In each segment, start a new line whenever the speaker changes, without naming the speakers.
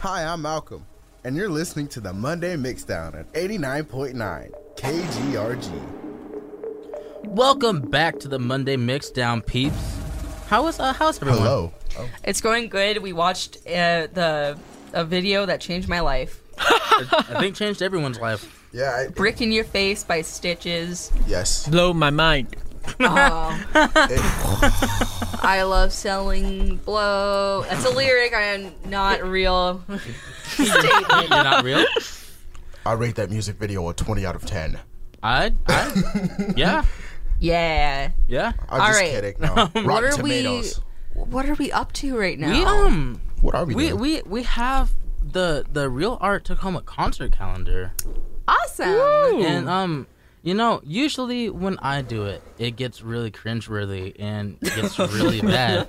Hi, I'm Malcolm, and you're listening to the Monday Mixdown at 89.9 KGRG.
Welcome back to the Monday Mixdown, peeps. How is uh, how's everyone?
Hello.
It's going good. We watched uh, the a video that changed my life.
I think changed everyone's life.
Yeah, I,
Brick in Your Face by Stitches.
yes.
Blow my mind.
Um, I love selling blow. That's a lyric. I am not real.
You're not real.
I rate that music video a 20 out of 10.
I, I yeah,
Yeah.
yeah.
I'm
All
just
right.
kidding. No. Rotten
What are
Tomatoes.
we? What are we up to right now?
We um
What are we,
we
doing?
we we have the the Real Art Tacoma concert calendar,
awesome.
and um. You know, usually when I do it, it gets really cringeworthy and it gets really bad.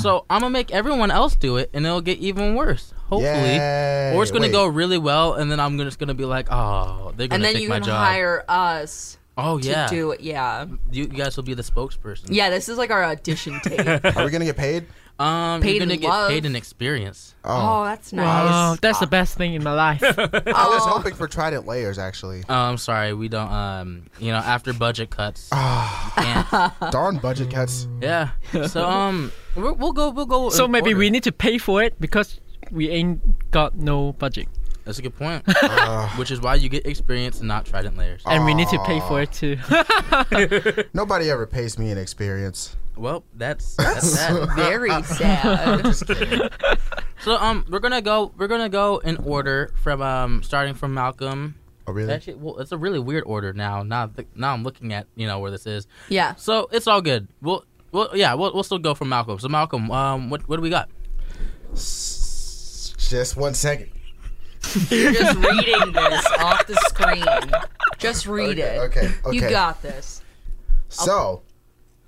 so I'm gonna make everyone else do it, and it'll get even worse. Hopefully,
Yay.
or it's gonna
Wait.
go really well, and then I'm just gonna be like, "Oh, they're gonna
And then
take
you
my
can
job."
hire us
oh
to
yeah,
do it. Yeah.
you, you guys will be the spokesperson.
Yeah. This is like our audition tape.
Are we going to get paid?
Um,
Paid
you're gonna
in
get
love.
paid in experience.
oh, that's
Oh,
nice. Ah.
that's the best thing in my life.
I was
Oh.
hoping for Trident Layers, actually.
Oh, I'm sorry, we don't. Um, you know, after budget cuts.
Ah.
can't.
Darn budget cuts.
yeah. So um, we're, we'll go. We'll go.
so
in
maybe
order.
we need to pay for it because we ain't got no budget,
That's a good point.
Ah.
Which is why you get experience and not trident layers.
and we need to pay for it too.
Nobody ever pays me an experience.
Well, that's that's that.
Very sad.
Just kidding.
So um, we're gonna go. We're gonna go in order from um, starting from Malcolm.
Oh, really?
Actually, well, it's a really weird order now. Now, th- now I'm looking at you know where this is.
yeah.
So it's all good. We'll, well, yeah, we'll, we'll still go from Malcolm. So Malcolm, um, what what do we got?
Just one second.
You're just reading this off the screen. Just read
Okay,
it.
okay,
You
okay.
got this.
So,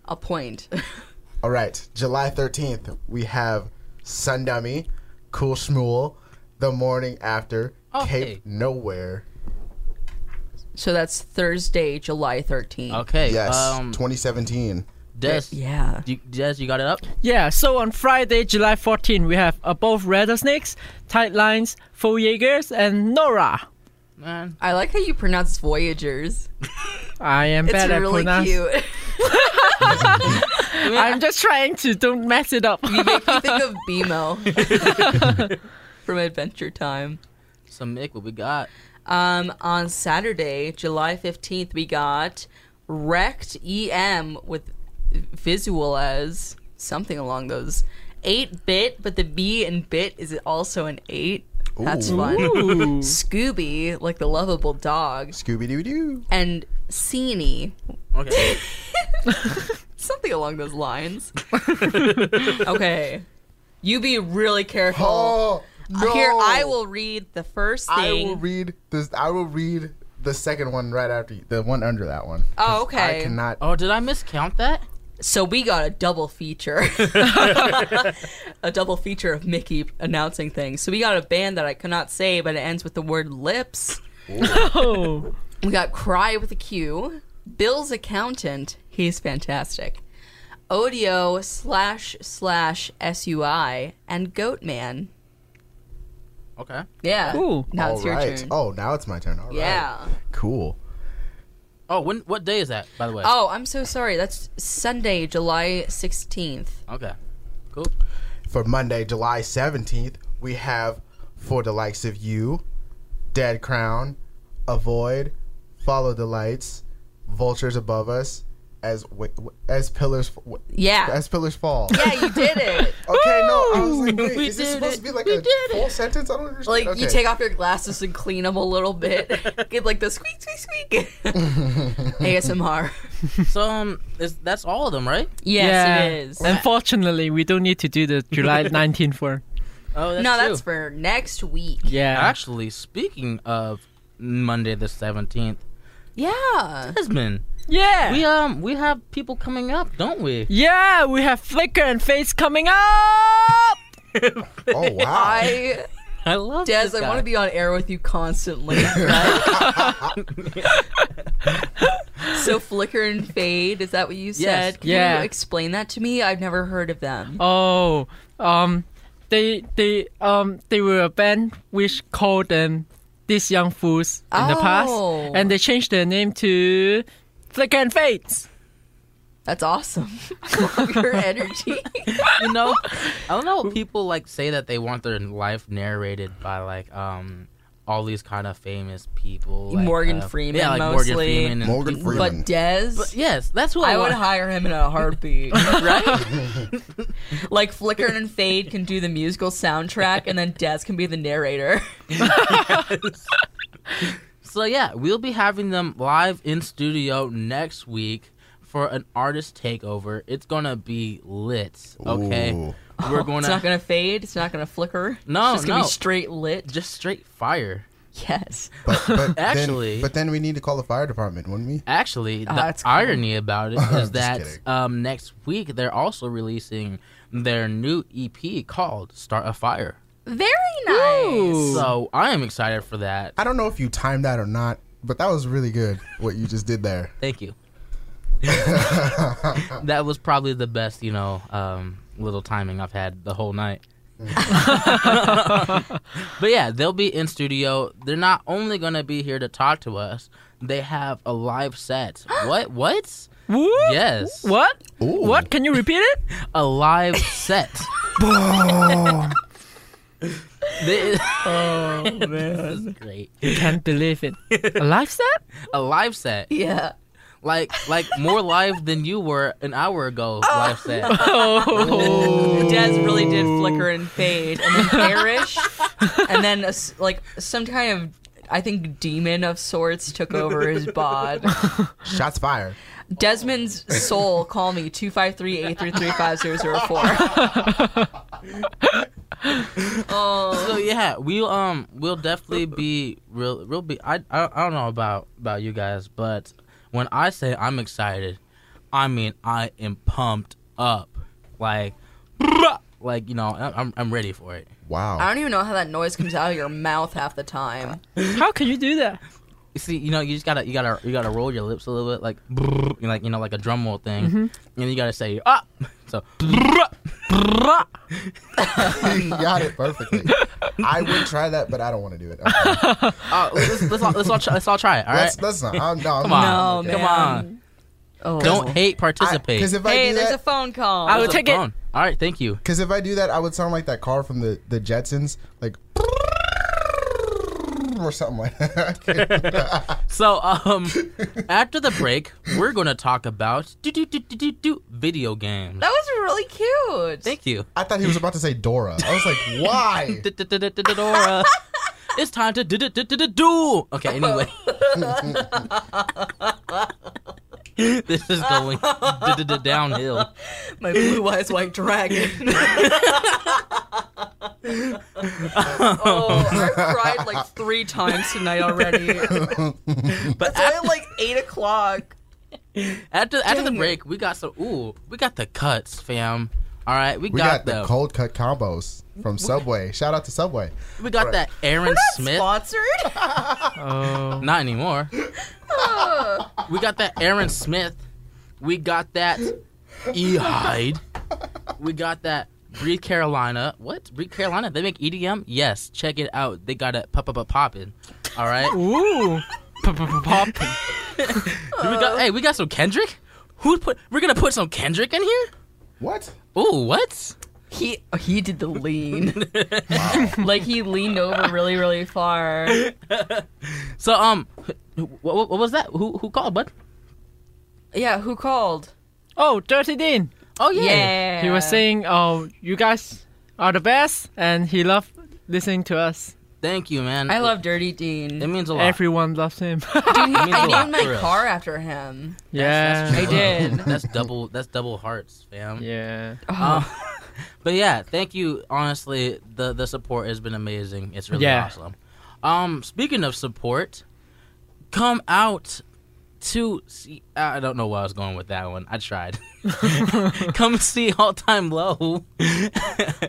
A point.
all right, July 13th, we have Sun Dummy, Cool Schmool, The Morning After,
Oh,
Cape
hey.
Nowhere.
so that's Thursday, July 13th.
Okay.
Yes,
Um,
2017.
Des,
Yeah.
you, Des, you got it up.
yeah. So on Friday, July 14, we have above rattlesnakes, tight lines, four Jaegers, and Nora.
Man,
I like how you pronounce Voyagers.
I am
It's
bad at
really
pronounce.
cute.
I'm just trying to don't mess it up.
you make me think of BMO from Adventure Time.
so Mick, what we got?
Um, on Saturday, July 15th, we got Wrecked EM with visual as something along those. 8 bit, but the B in bit is also an 8. That's fun.
Ooh.
Scooby, like the lovable dog,
Scooby Doo Doo.
and Sini,
Okay.
something along those lines. okay. You be really careful.
Oh, no.
Here, I will read the first
I
thing.
will read this. I will read the second one right after you, the one under that one.
oh,
I
okay.
cannot.
Oh, did I miscount that?
So we got a double feature. a double feature of Mickey announcing things. So we got a band that I cannot say, but it ends with the word lips.
Oh.
We got Cry with a Q, Bill's accountant, he's fantastic. Odeo slash slash SUI and Goatman.
Okay.
Yeah.
Cool.
Now
All
it's your
right.
turn.
Oh, now it's my turn. All right.
yeah.
Cool.
Oh, when? What day is that? By the way.
Oh, I'm so sorry. That's Sunday, July 16th.
Okay. Cool.
For Monday, July 17th, we have For the Likes of You, Dead Crown, Avoid, Follow the Lights, Vultures Above Us, as wait, wh- as pillars f- wh-
Yeah.
as pillars fall.
Yeah, you did it.
Okay, no, I was like, wait,
We
is this
did
supposed
it.
to be like
We
a
did
full sentence? I don't understand.
Like
okay.
you take off your glasses and clean them a little bit. Get like the squeak squeak squeak. ASMR.
So um, is that's all of them, right?
Yes,
yeah.
it is.
Unfortunately, we don't need to do the July 19th one.
Oh, that's
no,
true.
that's for next week.
Yeah.
Actually, speaking of Monday the seventeenth,
Yeah.
Desmond,
Yeah.
we um we have people coming up, don't we?
Yeah, we have Flickr and Face coming up.
oh wow,
I
I love
Des,
this
I
guy.
want to be on air with you constantly. so flicker and fade, is that what you
Yes.
said? Can
Yeah.
you explain that to me? I've never heard of them.
Oh, um, they they um they were a band which called them these young fools in the past,
Oh.
and they changed their name to Flicker and Fates.
That's awesome. Love your energy.
you know, I don't know. People like say that they want their life narrated by like um all these kind of famous people, like,
Morgan
uh,
Freeman
yeah, like Morgan
mostly.
Freeman, and
Morgan
people-
Freeman.
but Des,
But yes, that's what
I would
want.
hire him in a heartbeat, right? like Flicker and Fade can do the musical soundtrack, and then Des can be the narrator.
So yeah, we'll be having them live in studio next week for an artist takeover. It's gonna be lit. Okay,
Ooh.
we're gonna,
It's not gonna fade. It's not gonna flicker.
No,
it's just gonna
no.
be straight lit.
just straight fire.
Yes.
But, but
Actually-
then, but then we need to call the fire department, wouldn't we?
Actually, the
Oh, that's cool.
irony about it is
Just
that
kidding.
um, next week they're also releasing their new EP called "Start a Fire."
Very nice.
So I am excited for that.
I don't know if you timed that or not, but that was really good what you just did there.
Thank you. that was probably the best, you know, um, little timing I've had the whole night. but yeah, they'll be in studio. They're not only gonna be here to talk to us. They have a live set. What? What?
Woo!
Yes.
What?
Ooh.
What? Can you repeat it?
A live set.
Oh,
They-
oh man!
This is great.
Can't believe it. A live set?
A live set.
Yeah.
Like like more live than you were an hour ago live set.
Oh.
Des really did flicker and fade, and then perish, and then a s like some kind of. I think demon of sorts took over his bod.
shots fired.
Desmond's soul, call me 253-833-5004.
Oh.
So yeah, we um we'll definitely be real. We'll be. I, I I don't know about about you guys, but when I say I'm excited, I mean I am pumped up, like like you know I- I'm I'm ready for it.
Wow.
I don't even know how that noise comes out of your mouth half the time.
How can you do that?
You see, you know you just gotta you gotta you gotta roll your lips a little bit, like you know, like you know like a drum roll thing,
Mm-hmm.
and you gotta say ah. So
you got it perfectly. I would try that, but I don't want to do it. Okay.
uh, let's let's all, let's all try, let's all try it. All
Let's,
right?
let's not. I'm, no,
Come on,
No,
come
man.
on.
Oh.
Don't hate, participate.
Because if I
Hey,
do
there's
that,
a phone call.
I would
There's a
take it.
phone. All right, thank you.
Because if I do that, I would sound like that car from the, the Jetsons, like or something like that.
So, um, after the break, we're going to talk about do do do do do do video games.
That was really cute.
Thank you.
I thought he was about to say Dora. I was like, why?
Dora. It's time to do do do do do do. Okay, anyway. This is going d- d- d- downhill.
My blue eyes white dragon. oh, I cried like three times tonight already.
But
It's only like eight o'clock.
after after the
Dang it.
break, we got some. Ooh, we got the cuts, fam. All right, we,
We
got,
got the
them.
cold cut combos from Subway. Shout out to Subway.
we got that Aaron Smith.
Sponsored?
Oh.
Not anymore. we got that Aaron Smith. We got that E Hyde. We got that Breathe Carolina. What? Breathe Carolina? They make EDM? Yes. Check it out. They got it pop up poppin'. All right. we
Ooh. Pop.
got, hey, we got some Kendrick. Who put? We're gonna put some Kendrick in here.
What?
Ooh, what?
He he did the lean. like he leaned over really, really far.
So um, what, what was that? Who who called? Bud?
Yeah, who called?
Oh, Dirty Dean.
Oh yeah.
Yeah.
He was saying, "Oh, you guys are the best," and he loved listening to us.
Thank you, man.
I love Dirty Dean.
It means a lot.
Everyone loves him.
Dude, he-
means a
I
lot,
named my
for real.
car after him.
yeah.
I did. Oh.
That's double. That's double hearts, fam.
Yeah.
Um, but yeah, thank you. Honestly, the the support has been amazing. It's really
Yeah.
awesome. Um, speaking of support, come out to see. I don't know where I was going with that one. I tried. come see all time low.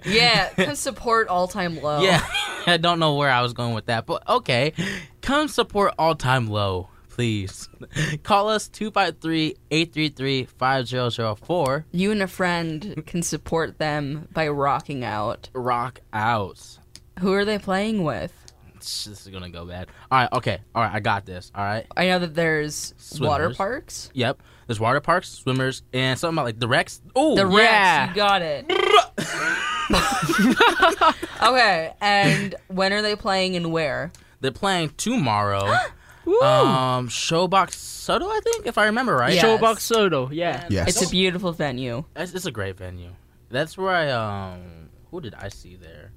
Yeah, come support all time low. Oh.
Yeah, I don't know where I was going with that, but okay. Come support all time low, please. Call us 253 833 5004.
You and a friend can support them by rocking out.
Rock out.
Who are they playing with?
This is gonna go bad. All right, okay. All right, I got this. All right.
I know that there's water
Swimmers.
parks.
Yep. There's water parks, swimmers, and something about like the Rex. Oh,
The
yeah.
Rex, you got it. okay, and when are they playing and where?
They're playing tomorrow. um, Showbox Soto, I think, if I remember right.
Yeah.
Showbox Soto, yeah.
Yes.
It's a beautiful venue.
It's, it's a great venue. That's where I um. Who did I see there?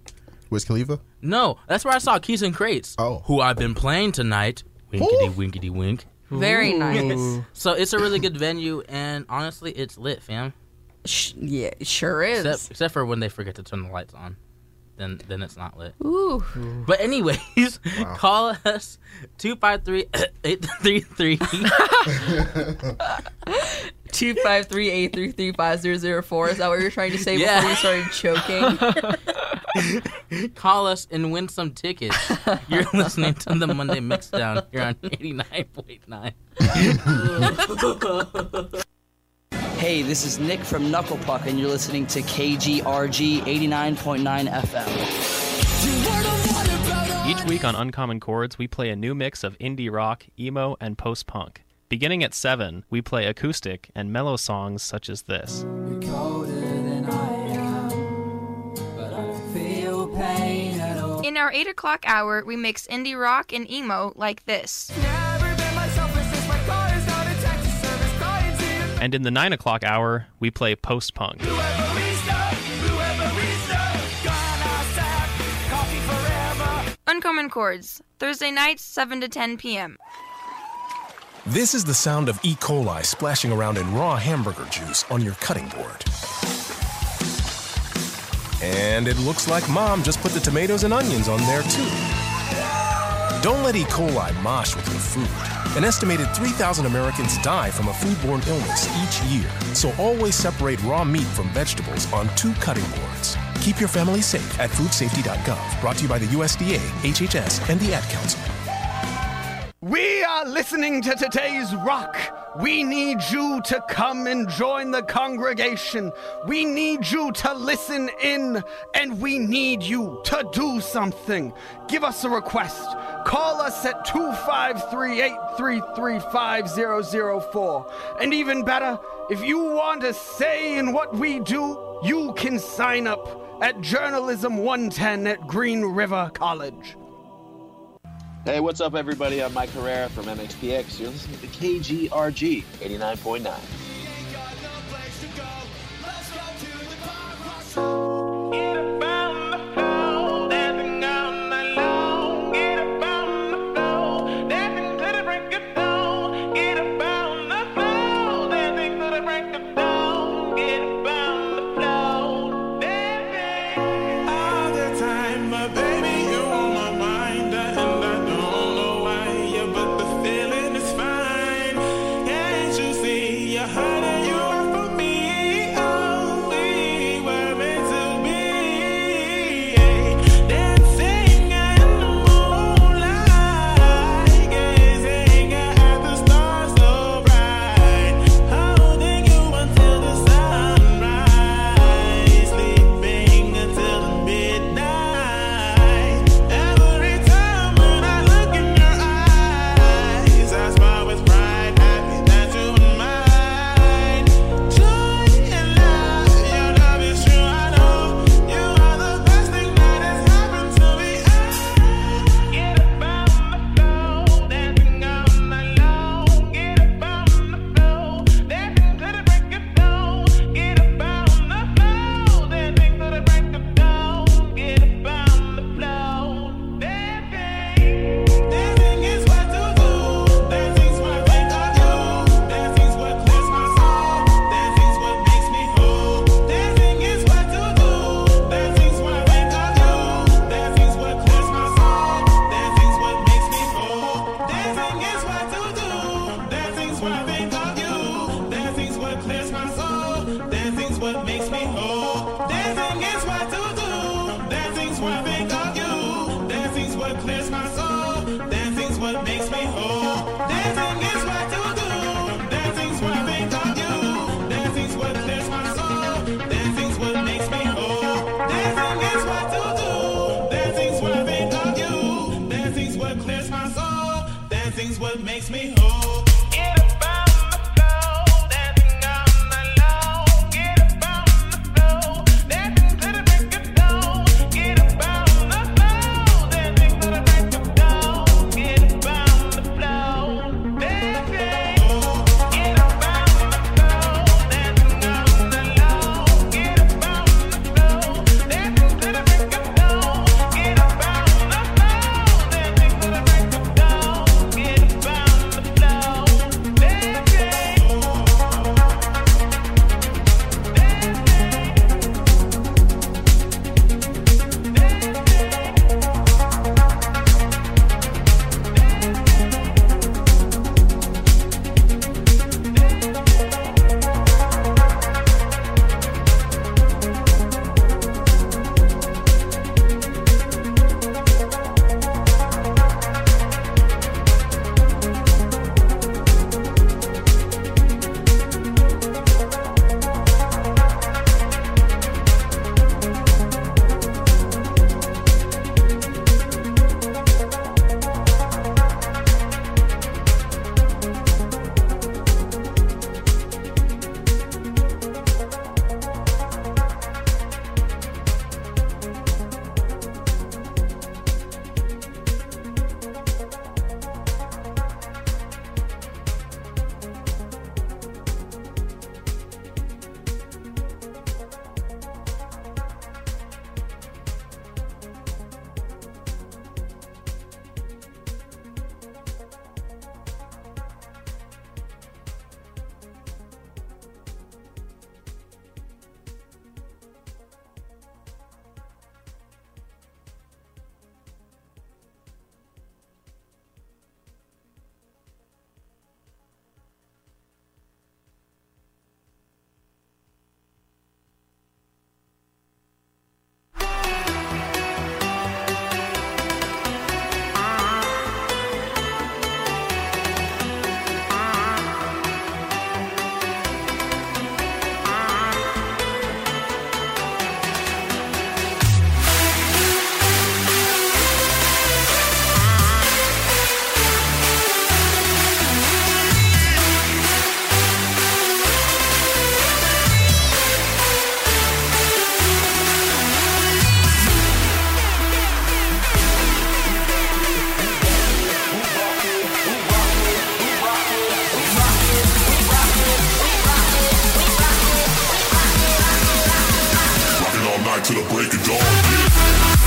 Wiz Khalifa?
No, that's where I saw Keys and Crates.
Oh.
Who I've been playing tonight. Winkety winkety wink.
Very nice.
Ooh.
So it's a really good venue, and honestly, it's lit, fam.
Sh- yeah, it sure is.
Except, except for when they forget to turn the lights on, then then it's not lit.
Ooh.
But anyways,
Wow.
call us 253-833.
253-833-5004. Is that what you're trying to say
Yeah.
before you started choking?
call us and win some tickets. You're listening to the Monday Mixdown here on 89.9.
Hey, this is Nick from Knuckle Puck, and you're listening to KGRG 89.9 FM.
Each week on Uncommon Chords, we play a new mix of indie rock, emo, and post punk. Beginning at 7, we play acoustic and mellow songs such as this.
In our 8 o'clock hour, we mix indie rock and emo like this.
And in the 9 o'clock hour, we play post punk.
Uncommon Chords, Thursday nights, 7 to 10 p.m.
This is the sound of E. coli splashing around in raw hamburger juice on your cutting board. And it looks like mom just put the tomatoes and onions on there too. Don't let E. coli mosh with your food. An estimated 3,000 Americans die from a foodborne illness each year, so always separate raw meat from vegetables on two cutting boards. Keep your family safe at foodsafety.gov. Brought to you by the USDA, HHS, and the Ad Council.
We are listening to today's rock. We need you to come and join the congregation. We need you to listen in, and we need you to do something. Give us a request. Call us at 253 833 5004. And even better, if you want to say in what we do, you can sign up at Journalism 110 at Green River College.
Hey, what's up, everybody? I'm Mike Herrera from MXPX. You're listening to KGRG 89.9.
But the feeling is fine, can't you see? Your heart things what makes me whole.
Rocking all night till the break of dawn.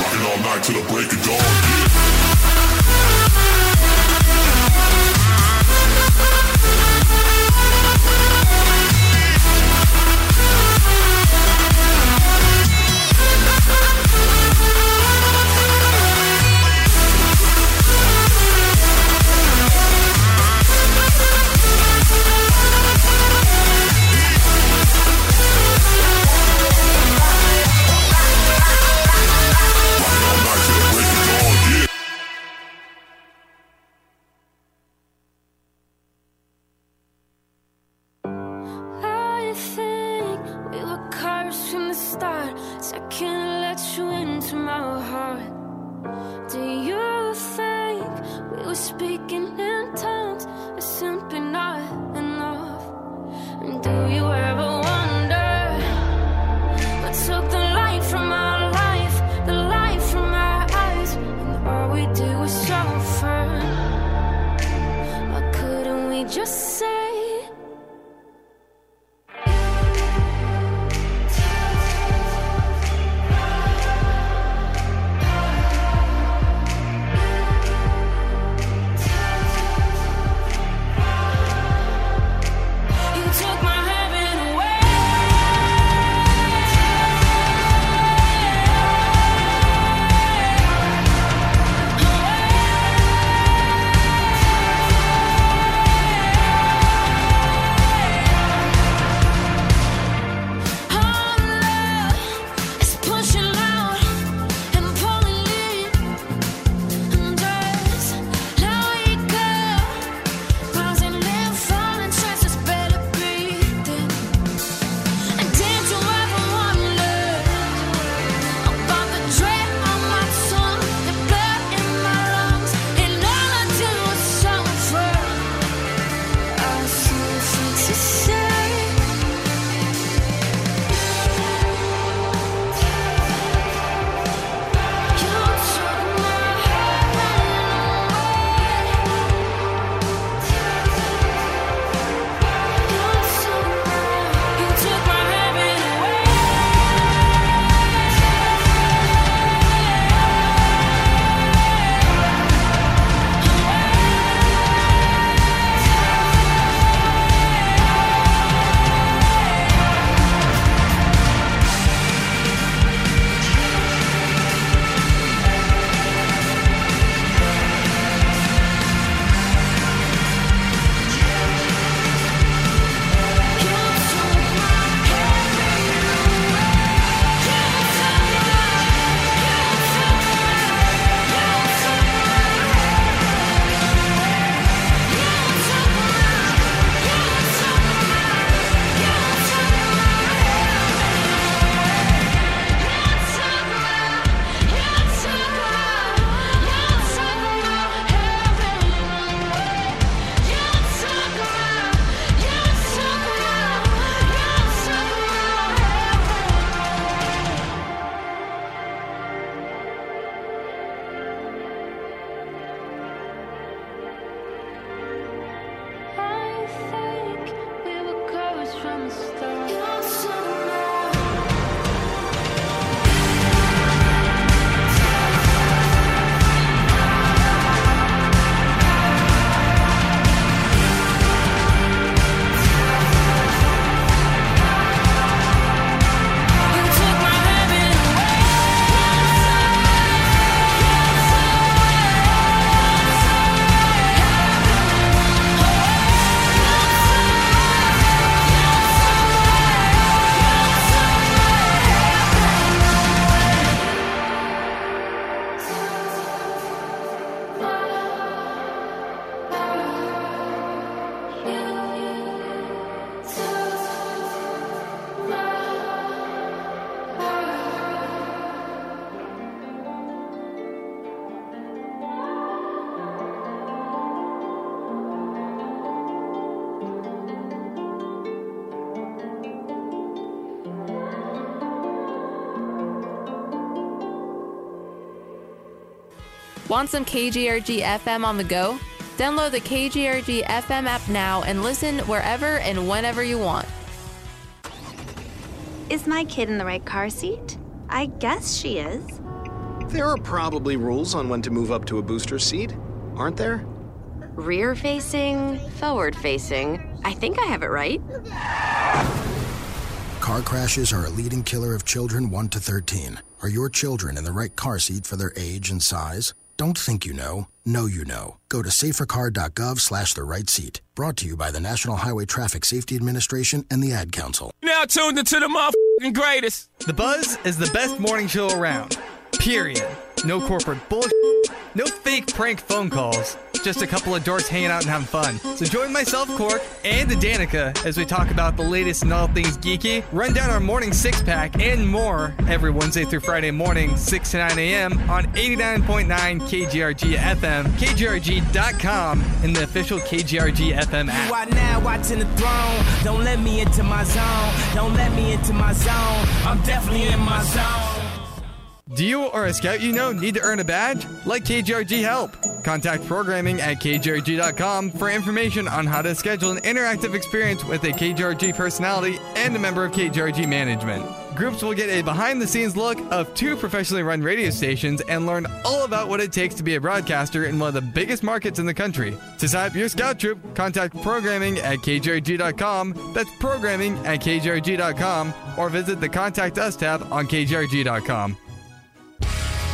Rocking all night till the break of dawn. All night till the break of dawn. Yeah. foreign. Do you think we were speaking in tongues? It's simply not enough. And do you ever wonder what took the light from our life, the light from our eyes, and all we did was suffer? Why couldn't we just say? You took my heaven away. Our love is pushing out and pulling in, and us now we go. Rising and falling chances better breathing. And did you ever wonder about the dread on my tongue, the blood in my lungs, and all I do is suffer? I still think to say. I think we were ghosts from the start. You're somewhere.
Want some KGRG FM on the go? Download the KGRG FM app now and listen wherever and whenever you want.
Is my kid in the right car seat? I guess she is.
There are probably rules on when to move up to a booster seat, aren't there?
Rear facing, forward facing. I think I have it right.
Car crashes are a leading killer of children 1 to 13. Are your children in the right car seat for their age and size? Don't think you know. Know you know. Go to safercar.gov slash the right seat. Brought to you by the National Highway Traffic Safety Administration and the Ad Council.
Now tuned into the motherfucking greatest. The Buzz is the best morning show around. Period. No corporate bullshit. No fake prank phone calls. Just a couple of dorks hanging out and having fun. So join myself, Cork, and the Danica as we talk about the latest in all things geeky, run down our morning six pack, and more every Wednesday through Friday morning, 6 to 9 a.m. on 89.9 KGRG FM, KGRG.com, and the official KGRG FM app.
Why now watching the throne? Don't let me into my zone. Don't let me into my zone. I'm definitely in my zone.
Do you or a scout you know need to earn a badge? Let KGRG help. Contact programming at kgrg.com for information on how to schedule an interactive experience with a KGRG personality and a member of KGRG management. Groups will get a behind the scenes look of two professionally run radio stations and learn all about what it takes to be a broadcaster in one of the biggest markets in the country. To sign up your scout troop, contact programming at kgrg.com. That's programming at kgrg.com or visit the Contact Us tab on kgrg.com.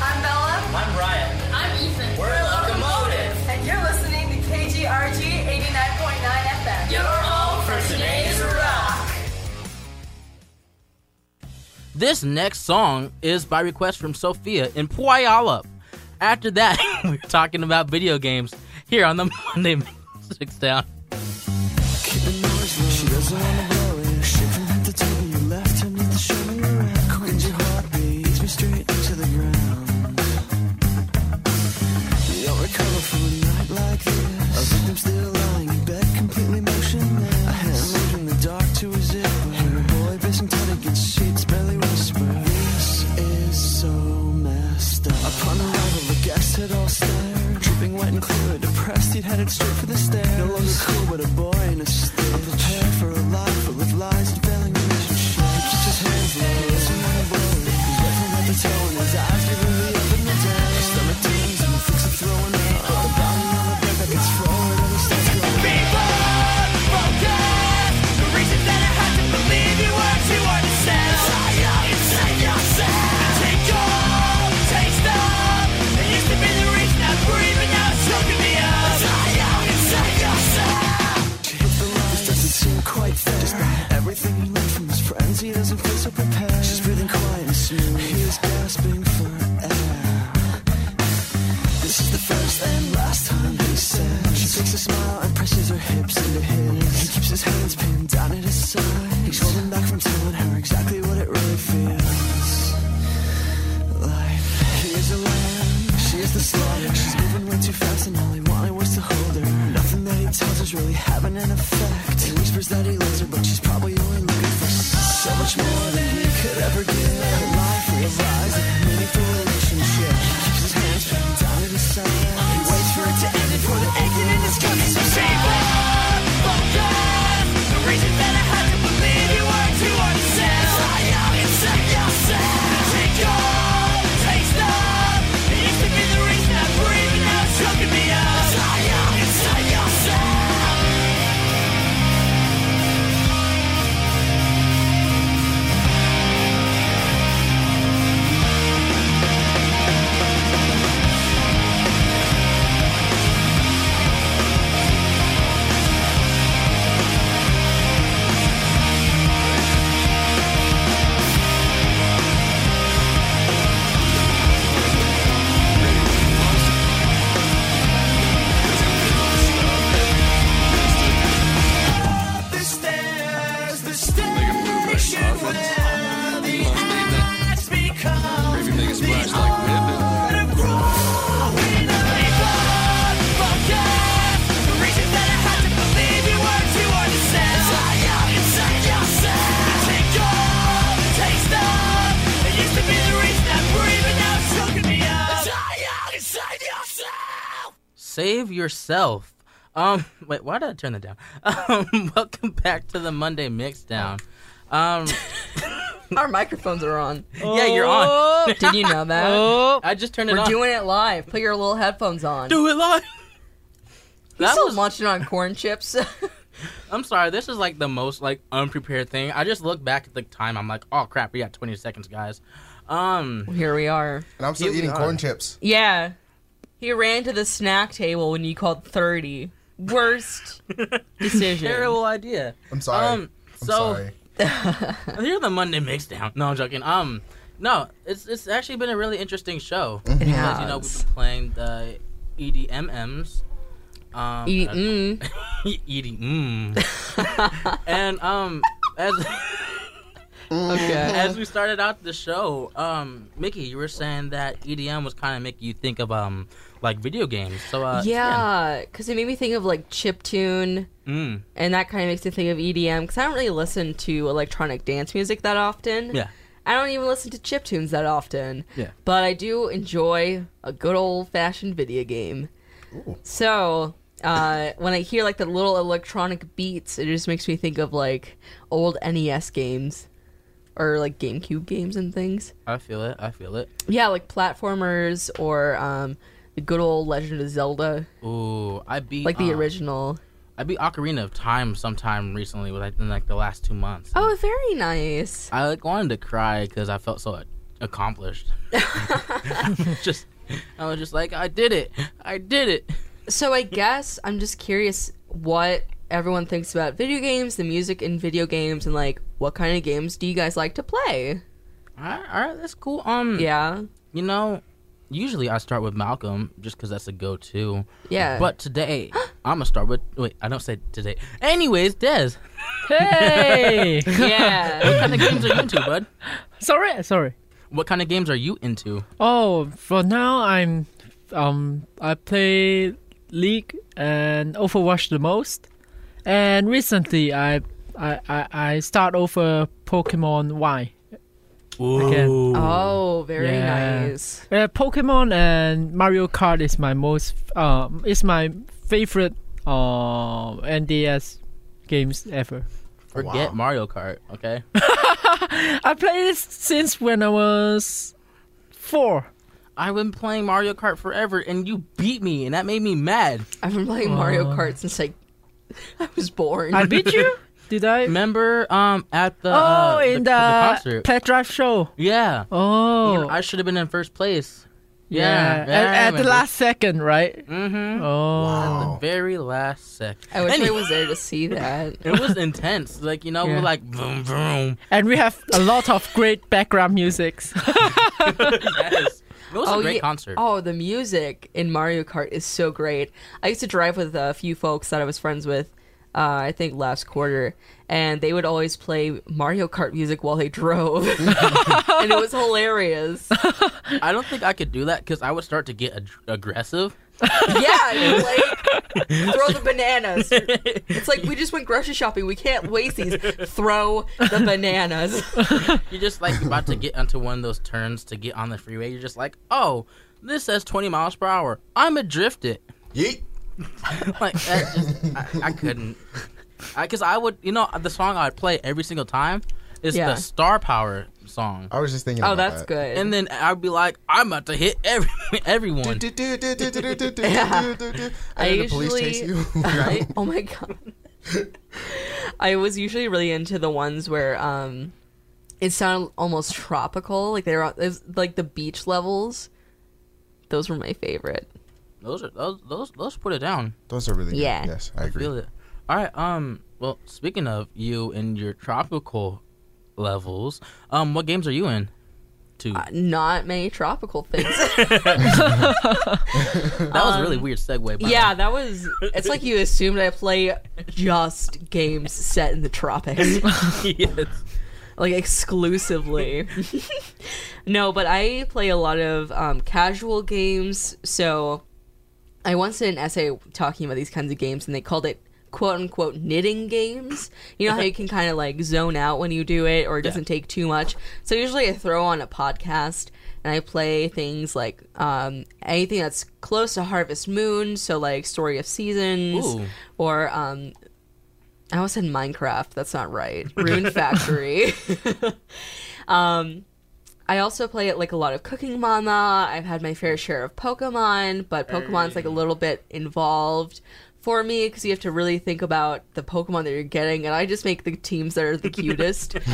I'm Bella. I'm Ryan. I'm Ethan. We're a locomotive. And you're listening to KGRG 89.9 FM. Your home for today's rock.
This next song is by request from Sophia in Puyallup. After that, we're talking about video games here on the Monday Six Down.
Keep it noise, though she doesn't wanna blow it. Shit from head to toe, you left her near the shoulder around. Quit your heartbeat, eats me straight to the ground. You don't recover from a night like this. A victim still lying in bed, completely motionless. A hand leading the dark to a zipper. And a boy pissing tight against sheets, barely whisper. This is so messed up. Upon arrival, the guests had all stared. Dripping wet and clear, depressed, he'd headed straight for the stairs. No longer cool, but a boy in a stitch. Unprepared for a life full of lies and failing relationships. Just hands in the air, someone to blow. He's wet from head to toe, and his eyes give him the up and the down. Stomach teams and the fits are throwing up. But the body on the bed that gets forward and he starts going. People, focus. The reason that I had to believe you were too hard to sell. Inside yourself. Take all, taste up. It used to be the reason I breathe, but now it's choking me up. Inside yourself. This doesn't seem quite fair. Just everything he learned from his friends, he doesn't feel so prepared. She's breathing quiet and smooth. He is gasping for air. This is the first and last time he said. She takes a smile and presses her hips into his. He keeps his hands pinned down at his side. He's holding back from telling her exactly what it really feels. Life. He is a lamb. She is the slaughter. She's moving way too fast, and all he wanted was to hold her. Nothing that he tells her's really having an effect. He whispers that he loves her, but she's probably only looking for so much more than he could ever give. A life realized, a meaningful relationship. He keeps his hands pinned down at his side. He waits for it to end and for the exit in his gun. So save The reason that I had to believe you were too hard to sell. Inside yourself. Take all, taste up. It used to be the reason I breathe, but now it's choking me up. Inside yourself. The stairs, the stairs, and where the ads become the art of growing up. Focus, the reason that I had to believe you were too hard to sell. Inside yourself. Take all, taste up. It used to be the reason I breathe, but now it's choking me up. Inside yourself.
Save yourself. Um, wait, why did I turn that down? Um, welcome back to the Monday Mixdown. Um,
Our microphones are on. Oh.
yeah, you're on. Oh.
Did you know that?
I just turned it
We're
on.
doing it live. Put your little headphones on.
Do it live.
He's
That
still
was-
munching on corn chips.
I'm sorry, this is like the most like unprepared thing. I just look back at the time. I'm like, oh crap, we got 20 seconds, guys. Um,
here we are.
And I'm still eating corn chips.
yeah. He ran to the snack table when you called 30. Worst decision.
Terrible idea.
I'm sorry.
Um, so here are the Monday mixdown. No, I'm joking. Um, No, it's it's actually been a really interesting show.
It
Mm-hmm.
because, You know,
has.
we've been playing the E EDMMs. Um,
E EDM.
mm. EDM. and um, as
Okay.
as we started out the show, um, Mickey, you were saying that EDM was kind of making you think of um like video games. So uh,
yeah, because it made me think of like chip tune,
Mm.
and that kind of makes me think of E EDM. Because I don't really listen to electronic dance music that often.
Yeah.
I don't even listen to chip tunes that often.
Yeah.
But I do enjoy a good old fashioned video game. So uh, when I hear like the little electronic beats, it just makes me think of like old NES games or like GameCube games and things.
I feel it. I feel it.
Yeah, like platformers or um, the good old Legend of Zelda,
Ooh, I beat
like the
um,
original.
I beat Ocarina of Time sometime recently, within like the last two months.
Oh, very nice.
I like wanted to cry because I felt so accomplished. just, I was just like, I did it, I did it.
So I guess I'm just curious what everyone thinks about video games, the music in video games, and like what kind of games do you guys like to play?
All right, all right that's cool. Um,
yeah.
You know, usually I start with Malcolm just because that's a go-to.
Yeah.
But today I'm gonna start with. Wait, I don't say today. Anyways, Dez.
Hey!
yeah.
What kind of games are you into, bud?
Sorry, sorry.
What kind of games are you into?
Oh, for now I'm um I play League and Overwatch the most, and recently I I I, I start over Pokemon Y. Again.
Oh, very
Yeah.
nice.
Uh, Pokemon and Mario Kart is my most um is my favorite uh NDS games ever.
Forget Mario Kart, okay?
I played this since when I was four.
I've been playing Mario Kart forever, and you beat me, and that made me mad.
I've been playing Mario Kart since like I was born.
I beat you? Did I?
Remember um at the
oh,
uh,
in the,
the, concert?
Pet Drive show.
yeah.
Oh.
I should have been in first place. Yeah.
Yeah,
yeah, I
at, at the
remember.
last second, right?
Mm-hmm.
Oh.
At the very last second.
I wish I was there to see that.
It was intense. Like you know,
Yeah.
we're like vroom vroom.
And we have a lot of great background musics.
It was a great
yeah.
concert.
Oh, the music in Mario Kart is so great. I used to drive with a few folks that I was friends with. Uh, I think last quarter, and they would always play Mario Kart music while they drove, and it was hilarious.
I don't think I could do that because I would start to get ag- aggressive.
Yeah, you like throw the bananas. It's like we just went grocery shopping. We can't waste these. Throw the bananas.
You're just like about to get onto one of those turns to get on the freeway. You're just like, oh, this says 20 miles per hour. I'm adrifted.
Yeet.
like that just, I, I couldn't. I Because I, would, you know, the song I'd play every single time is
Yeah.
the Star Power song.
I was just thinking. about that.
And then I'd be like, I'm about to hit every, everyone.
I
then the police chase you,
I- oh my god. I was usually really into the ones where um, it sounded almost tropical, like they were it was like the beach levels. Those were my favorite.
Those are those those those put it down.
Those are really
Yeah.
good. Yes, I agree.
Feel it. All right. Um. Well, speaking of you and your tropical levels, um, what games are you in? Two.
Uh, Not many tropical things.
that was a really
um,
weird segue. By
yeah, that was. It's like you assumed I play just games set in the tropics.
yes.
Like exclusively. no, but I play a lot of um, casual games. So I once did an essay talking about these kinds of games, and they called it quote unquote knitting games. You know how you can kind of like zone out when you do it, or it
Yeah.
doesn't take too much. So usually I throw on a podcast and I play things like um, anything that's close to Harvest Moon, so like Story of Seasons,
Ooh.
Mm-hmm.
or um, I almost said Minecraft. That's not right. Rune Factory. um, I also play like a lot of Cooking Mama. I've had my fair share of Pokemon, but Pokemon's like a little bit involved for me because you have to really think about the Pokemon that you're getting, and I just make the teams that are the cutest.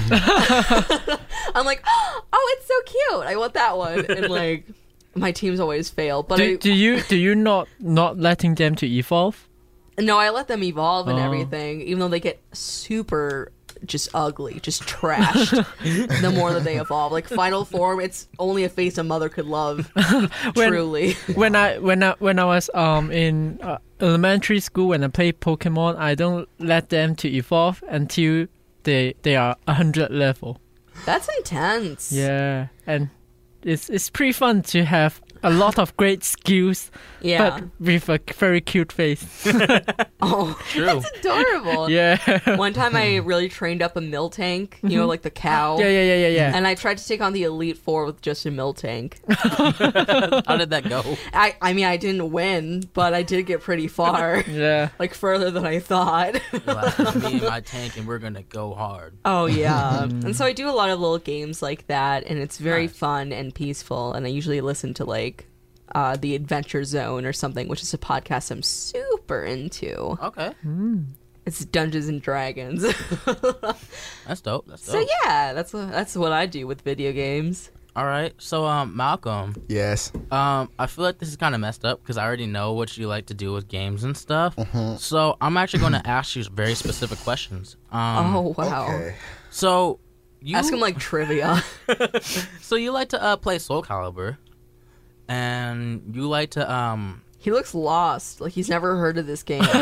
I'm like, oh, it's so cute. I want that one, and like my teams always fail. But I,
do, do you do you not not letting them to evolve?
no, I let them evolve and
Oh.
everything, even though they get super just ugly, just trashed. the more that they evolve, like final form, it's only a face a mother could love. truly,
when I when I when I was um in uh, elementary school when I played Pokemon, I don't let them to evolve until they they are hundred level.
that's intense.
Yeah, and it's it's pretty fun to have a lot of great skills,
Yeah.
but with a very cute face.
oh, that's adorable.
Yeah.
One time I really trained up a mill tank, you know,
Mhm.
like the cow.
Yeah, yeah, yeah, yeah, yeah.
And I tried to take on the elite four with just a mill tank.
How did that go?
I, I mean, I didn't win, but I did get pretty far.
Yeah.
Like further than I thought.
Well, me and my tank, and we're gonna go hard.
Oh yeah.
Mm-hmm.
and so I do a lot of little games like that and it's very fun and peaceful and I usually listen to like uh, the Adventure Zone or something, which is a podcast I'm super into. Mm.
Okay.
Hmm. It's Dungeons and Dragons.
That's dope. That's dope.
so yeah, that's wh- that's what I do with video games.
All right. So, um, Malcolm.
Yes.
Um, I feel like this is kind of messed up because I already know what you like to do with games and stuff.
Mm-hmm.
So I'm actually going to ask you very specific questions. Um,
oh wow.
So you
Ask him like trivia.
so you like to uh, play Soul Calibur, and you like to um.
He looks lost. Like he's never heard of this game.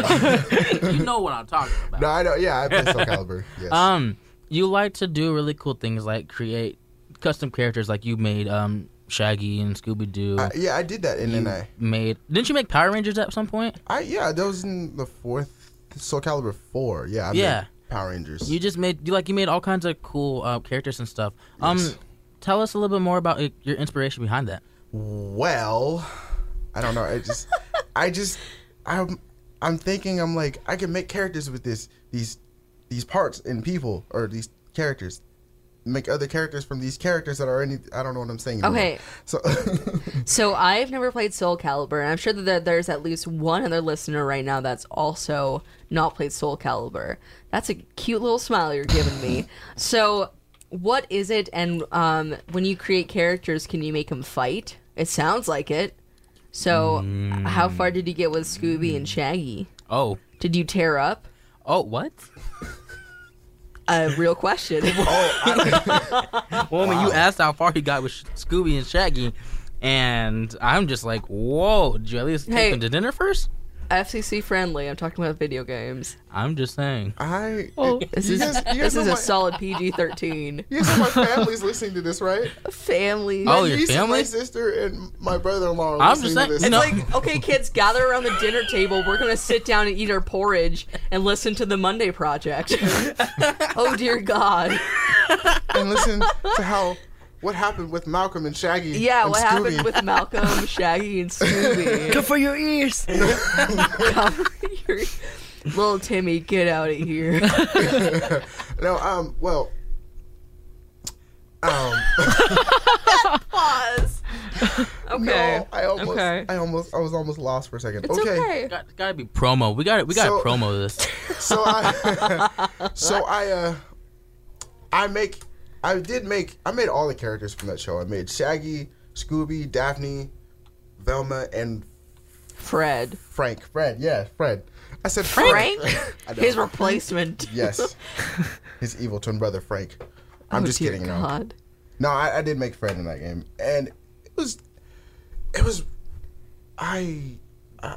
you know what I'm talking about.
No, I know. Yeah, I play Soul Calibur. Yes.
Um, you like to do really cool things like create custom characters, like you made um Shaggy and Scooby Doo.
Uh, yeah, I did that, and then I
made. Didn't you make Power Rangers at some point?
I yeah, that was in the fourth Soul Calibur four. Yeah, I
Yeah.
made Power Rangers.
You just made you like you made all kinds of cool uh, characters and stuff. Um, tell us a little bit more about like, your inspiration behind that.
well, I don't know. I just, I just, I'm, I'm thinking. I'm like, I can make characters with this, these, these parts and people or these characters. Make other characters from these characters that are any. I don't know what I'm saying. anymore.
Okay.
So
So I've never played Soul Calibur, and I'm sure that there- there's at least one other listener right now that's also not played Soul Calibur. That's a cute little smile you're giving me. So, what is it? And um, when you create characters, can you make them fight? It sounds like it. So, how far did you get with Scooby and Shaggy?
Oh,
Did you tear up?
Oh, what?
A real question.
Oh. Well, I mean, you asked how far he got with Sh- Scooby and Shaggy, and I'm just like, whoa! Did you at least
Hey.
take him to dinner first?
FCC friendly. I'm talking about video games.
I'm just saying.
I.
Oh, this
you
is
guys- you
this is
guys know
a
my-
solid PG-13.
you guys know my family's listening to this, right?
Family.
My niece and my sister and my brother-in-law. Are
Oh, I'm
listening
just
To
saying-
this.
It's like, okay, kids, gather around the dinner table. We're gonna sit down and eat our porridge and listen to the Monday Project. oh dear God!
and listen to how what happened with Malcolm and Shaggy.
Yeah,
and
what
Scooby.
happened with Malcolm, Shaggy, and Scooby?
Cover
your ears. Little Timmy, get out of here.
no, um, well, um,
Pause. Okay.
no, I almost,
Okay.
I almost, I was almost lost for a second.
It's okay.
Got, gotta be promo. We got to We got to
So-
promo this.
So I, so I, uh, I make, I did make, I made all the characters from that show. I made Shaggy, Scooby, Daphne, Velma, and
Fred.
Frank. Fred, yeah, Fred. I said
Frank?
I know.
His replacement.
yes, his evil twin brother Frank. I'm
Oh,
just
dear
kidding. you know.
God.
No, I, I did make friend in that game, and it was, it was, I, uh,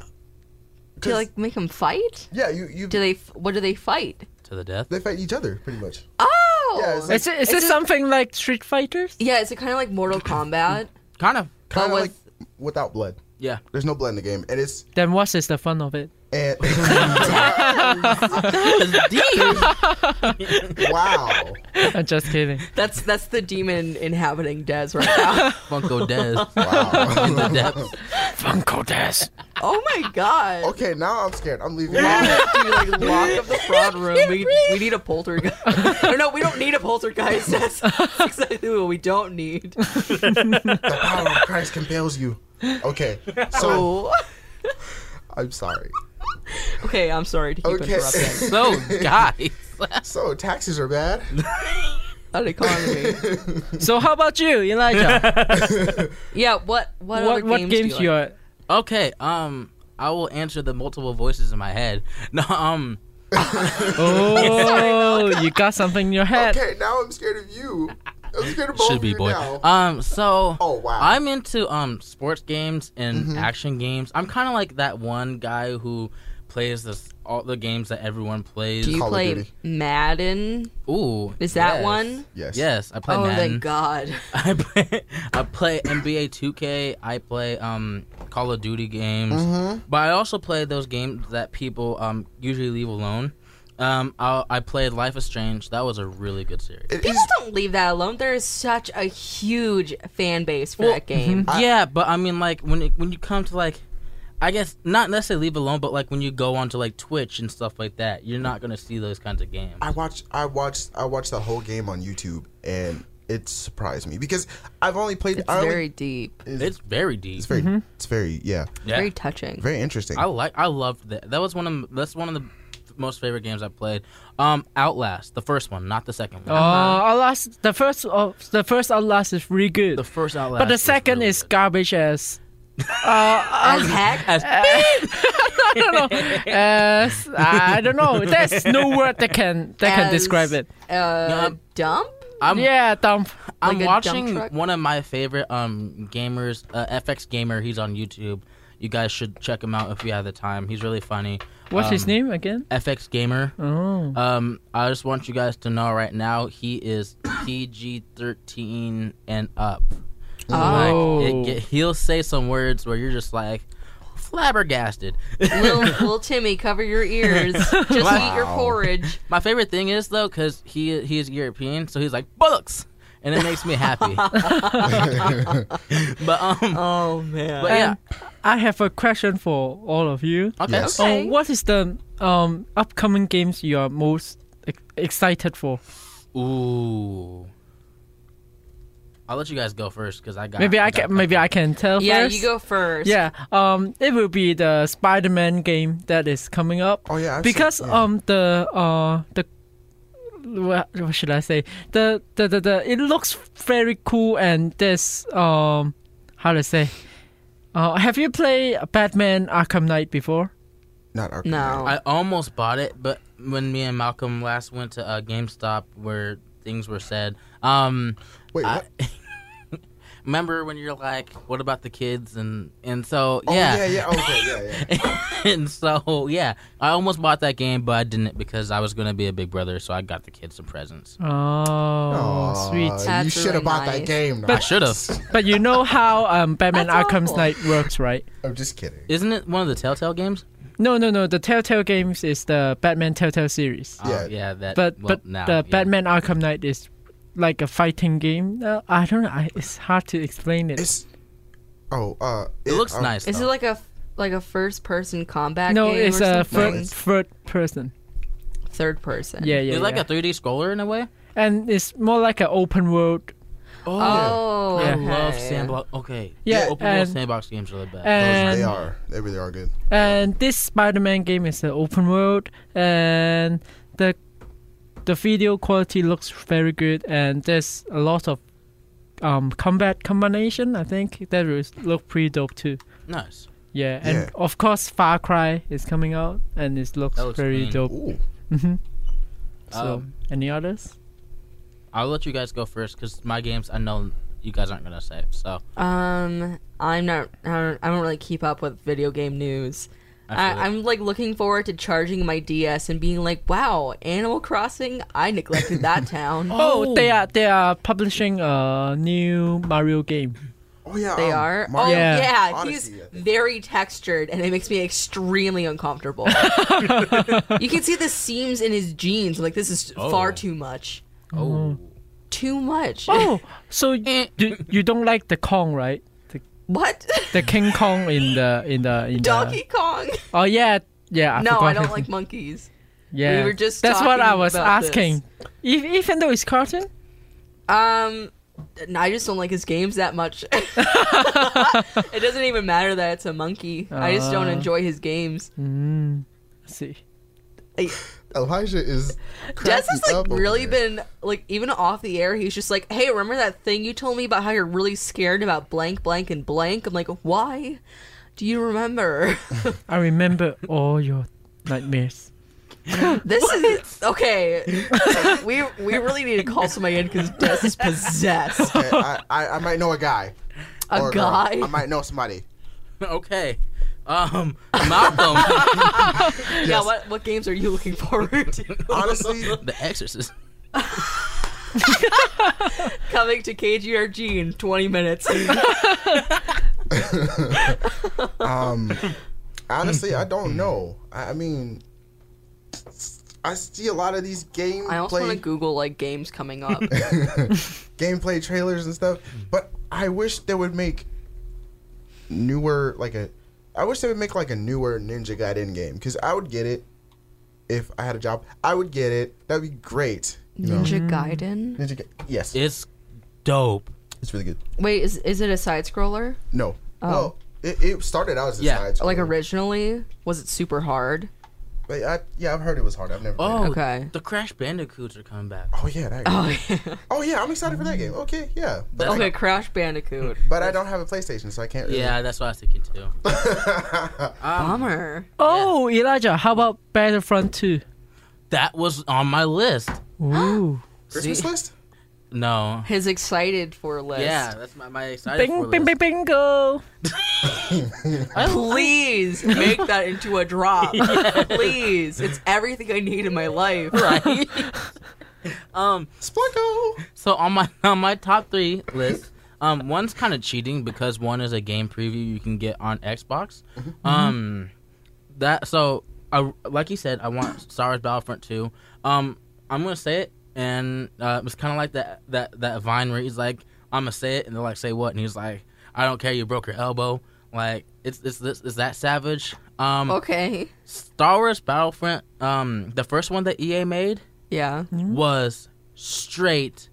Do you like make them fight?
Yeah, you. you
do they? f- What do they fight?
to the death.
They fight each other pretty much.
Oh,
Yeah, it's like- Is it- is it
something like Street Fighters? Yeah, is it kind of like Mortal Kombat?
kind of,
kind of like without blood.
Yeah,
there's no blood in the game, and it's
Then what is the fun of it?
and wow.
I'm just kidding.
That's that's the demon inhabiting Des right now.
Funko Des.
Wow.
In the depths.
Funko Dash.
Oh my god.
Okay, now I'm scared. I'm leaving.
Dude, like lock up the fraud room. We, we need a poltergeist. No, no, we don't need a poltergeist. That's, that's exactly what we don't need.
the power of Christ compels you. Okay, so
So
I'm sorry.
okay, I'm sorry to keep
Okay.
interrupting.
So,
guys.
So taxes are bad.
An economy.
so how about you, Elijah?
Yeah. What what other games, do you like?
Okay, um, I will answer the multiple voices in my head. No, um,
oh, you got something in your head.
Okay, now I'm scared of you. I'm scared of both
Should
of
be
you
boy.
now.
Um, so
Oh, wow.
I'm into um sports games and
Mhm.
action games. I'm kind of like that one guy who plays this all the games that everyone plays.
Do you play Madden?
Ooh,
Is that
yes.
one?
Yes. Yes, I play
Oh,
Madden.
thank God.
I play NBA 2K. I play um, Call of Duty games,
Mhm.
but I also play those games that people um, usually leave alone. Um, I, I played Life is Strange. That was a really good series.
People don't leave that alone. There is such a huge fan base for that game.
yeah, but I mean, like when it, when you come to like, I guess not necessarily leave alone, but like when you go onto like Twitch and stuff like that, you're not gonna see those kinds of games.
I watched I watched I watched the whole game on YouTube and it surprised me because I've only played
It's
I only-
very deep. Mm-hmm.
It's very deep.
It's
Mm-hmm.
very it's very yeah.
Yeah. Very
touching.
Very interesting.
I like. I loved that. That was one of that's one of the most favorite games I played. Um, Outlast, the first one, not the second
Oh,
one.
Outlast. The first, oh, the first Outlast is really good. The
first Outlast,
but the
is
second is garbage as. Uh,
as heck.
As
I don't know. As I don't know. There's no word that can that can
As-
describe it.
Uh, dump.
I'm,
yeah, dump. Like
I'm
a dump
watching
truck?
one of my favorite um gamers, uh, FX Gamer. He's on YouTube. You guys should check him out if you have the time. He's really funny.
What's his
Um,
name again?
FX Gamer.
Oh.
Um, I just want you guys to know right now he is PG thirteen and up. Like,
Oh.
it get- he'll say some words where you're just like flabbergasted.
little, little Timmy, cover your ears. Just eat your porridge.
My favorite thing is though, because he he is European, so he's like bullocks, and it makes me happy. but um,
oh man,
but yeah,
I have a question for all of you.
Okay. Yes. Okay.
Um, what is the um upcoming games you are most ex- excited for?
Ooh. I'll let you guys go first because I got.
maybe I
got-
can maybe I can tell
Yeah,
first.
you go first.
Yeah, um, it will be the Spider-Man game that is coming up. Oh
yeah, I've seen-
because
yeah.
um the uh the what, what should I say the, the the the it looks very cool and this um how to say uh have you played Batman Arkham Knight before?
Not Arkham.
No.
I almost bought it, but when me and Malcolm last went to uh, GameStop where things were said, um,
wait,
remember when you're like, "What about the kids?" and and so
Oh,
yeah,
yeah, yeah, okay, yeah,
and so yeah, I almost bought that game, but I didn't because I was gonna be a big brother, so I got the kids some presents.
Oh, sweet!
you should have bought that game.
I should have.
But you know how um Batman Arkham Knight works, right?
I'm just kidding.
Isn't it one of the Telltale games?
No, no, no. The Telltale games is the Batman Telltale series.
Oh, yeah, that.
but
well,
but
now,
the
yeah.
Batman Arkham Knight is like a fighting game. Uh, I don't know. I, it's hard to explain it. It's,
Oh, uh,
it, looks nice.
Is it like a like a first person combat?
no,
game
it's
or
a
something?
third, third person.
Third person.
Yeah, yeah.
It's like
yeah.
a 3D scroller in a way.
and it's more like an open world.
Oh,
I
okay.
love sandbox. Okay,
Yeah,
open world
and-
sandbox games are the best.
and-
they are. They really are good.
And this Spider-Man game is an open world, and the the video quality looks very good, and there's a lot of um, combat combination. I think that will look pretty dope too.
Nice.
Yeah, and
Yeah.
of course Far Cry is coming out, and it looks
That looks
very
clean.
dope.
Ooh.
hmm So,
Um,
any others?
I'll let you guys go first because my games I know you guys aren't gonna say. So
Um, I'm not. I don't, I don't really keep up with video game news.
I
I
feel it.
I'm like looking forward to charging my DS and being like, "Wow, Animal Crossing! I neglected that town."
Oh, they are they are publishing a new Mario game.
Oh yeah,
They
um,
are.
Mario
oh yeah,
Odyssey, I
he's very textured, and it makes me extremely uncomfortable. you can see the seams in his jeans. I'm like, this is
Oh.
far too much.
Oh.
Too much.
Oh, so y- you, you don't like the Kong, right? The,
what?
The King Kong in the in the in
Donkey
the,
Kong.
Oh yeah, yeah. I
no, I
forgot
don't
his
like
name.
monkeys.
Yeah,
we were just.
that's what I
talking
was
about this.
asking. Ev- Even though it's cartoon,
Um, n- I just don't like his games that much. it doesn't even matter that it's a monkey. I just don't
Uh.
enjoy his games.
Mm, let's see.
Elijah is.
Des
cracking
has like
up over
really
there.
been like even off the air. He's just like, "Hey, remember that thing you told me about how you're really scared about blank, blank, and blank?" I'm like, "Why? Do you remember?"
I remember all your nightmares.
This is okay. we we really need to call somebody in because Des is possessed.
Okay, I, I, I might know a guy.
A
a girl.
guy?
I might know somebody.
okay. Um, Malcolm.
Yeah. What what games are you looking forward to?
Honestly,
The Exorcist.
coming to KGRG in 20 minutes.
Um, honestly, I don't know. I, I mean, I see a lot of these game.
I also want to Google like games coming up.
gameplay trailers and stuff. But I wish they would make newer like a. I wish they would make like a newer Ninja Gaiden game because I would get it if I had a job. I would get it. That'd be great. you know?
Ninja Gaiden.
Ninja Ga- yes,
it's dope.
It's really good.
Wait, is is it a side scroller?
No,
Oh.
well, it, it started out as a side
Like
scroller.
originally, was it super hard?
But I, yeah, I've heard it was hard. I've never. played
Oh,
it.
okay. The Crash Bandicoots are coming back.
Oh yeah, that
Oh,
yeah. oh yeah, I'm excited for that game. Okay, yeah. But
okay,
I,
Crash Bandicoot.
but I don't have a PlayStation, so I can't. Really
Yeah, that's what I was thinking too. Um,
Bummer.
Oh, Elijah, how about Battlefront 2?
That was on my list.
Ooh.
Christmas list?
No.
His excited for list.
Yeah, that's my, my excited for
Bing, bing,
list.
bing, bingo.
Please make that into a drop. Please. It's everything I need in my life.
Right. Um,
Splunko.
So on my on my top three list, um, one's kind of cheating because one is a game preview you can get on Xbox.
Mm-hmm.
Um, that so I, like you said, I want Star Wars Battlefront two. Um, I'm gonna say it, and uh, it's kind of like that that that Vine where he's like, "I'm gonna say it," and they're like, "Say what?" And he's like, "I don't care. You broke your elbow." Like it's it's this is that savage. Um,
Okay.
Star Wars Battlefront, um, the first one that EA made,
yeah,
was straight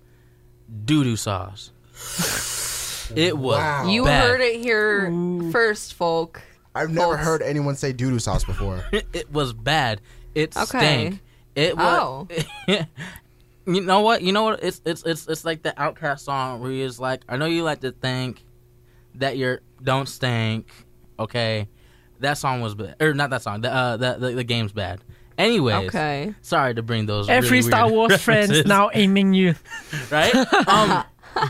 doo doo sauce. it was.
You
bad.
heard it here first, folk.
I've never
Oh.
heard anyone say doodoo sauce before.
It was bad. It
Okay.
stank. It was. you know what? You know what? It's it's it's it's like the Outcast song where he's like, "I know you like to think that you're don't stink." Okay, that song was bad, or not that song. The uh, the, the the game's bad. Anyways,
Okay.
Sorry to bring those.
Every
really
Star
weird
Wars friends
references.
now aiming you.
right? Um,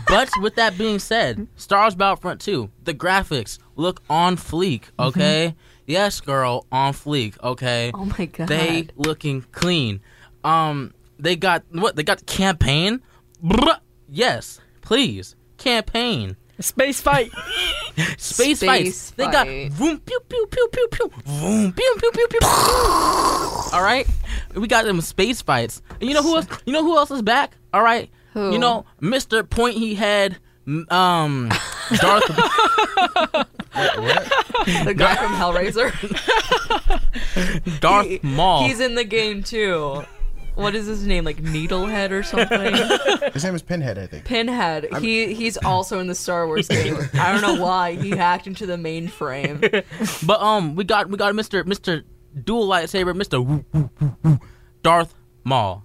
but with that being said, Star Wars Battlefront 2, the graphics look on fleek, okay? Yes, girl, on fleek, okay?
Oh my god.
They looking clean. Um, they got what? They got campaign. Bruh. Yes, please, campaign.
Space fight.
Space, fights. They got vroom pew pew pew pew pew vroom pew pew pew pew. pew. All right, we got them space fights. And you know who else? You know who else is back? All right,
Who?
you know Mister Point he had m- um Darth.
the guy from Hellraiser.
Darth Maul.
He's in the game too. What is his name? Like Needlehead or something?
His name is Pinhead, I think.
Pinhead. He he's also in the Star Wars game. I don't know why he hacked into the mainframe.
But um, we got we got Mister Mister Dual Lightsaber Mister woo, woo, woo, woo, Darth Maul.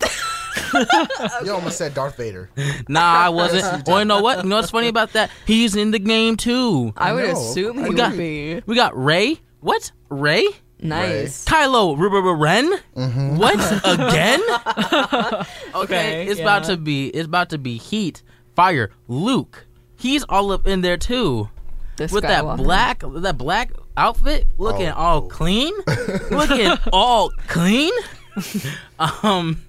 You almost said Darth Vader.
Nah, I wasn't. Or you know what? You know what's funny about that? He's in the game too.
I would I know. assume he
we got,
would
be.
We got Ray. What? Ray?
Nice.
Kylo R- R- R- Ren?
Mm-hmm.
What again? okay,
Okay,
it's about
yeah.
to be it's about to be heat, fire, Luke. He's all up in there too.
The
With that
Skywalker.
black that black outfit, looking
Oh.
all clean, looking all clean. Um,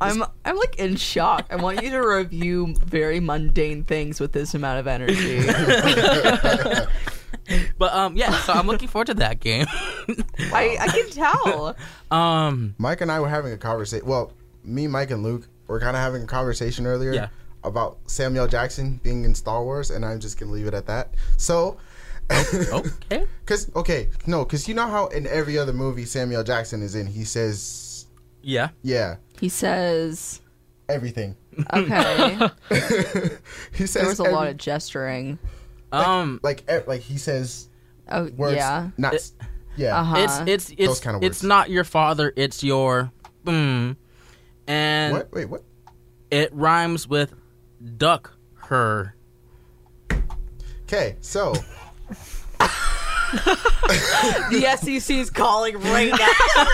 I'm I'm like in shock. I want you to review very mundane things with this amount of energy.
but um, yeah. So I'm looking forward to that game.
I, I can tell.
Um,
Mike and I were having a conversation. Well, me, Mike, and Luke were kind of having a conversation earlier
Yeah.
about Samuel Jackson being in Star Wars, and I'm just gonna leave it at that. So,
Oh, okay,
because okay, no, because you know how in every other movie Samuel Jackson is in, he says,
yeah,
yeah,
He says,
everything.
okay.
He says
there was a
every-
lot of gesturing.
um,
like e- like he says
Oh,
words,
yeah.
not s- yeah.
Uh-huh.
it's it's it's
Those kinda words.
it's not your father. It's your mm, and
What? Wait, what?
it rhymes with duck her.
Okay, so
the SEC is calling right now.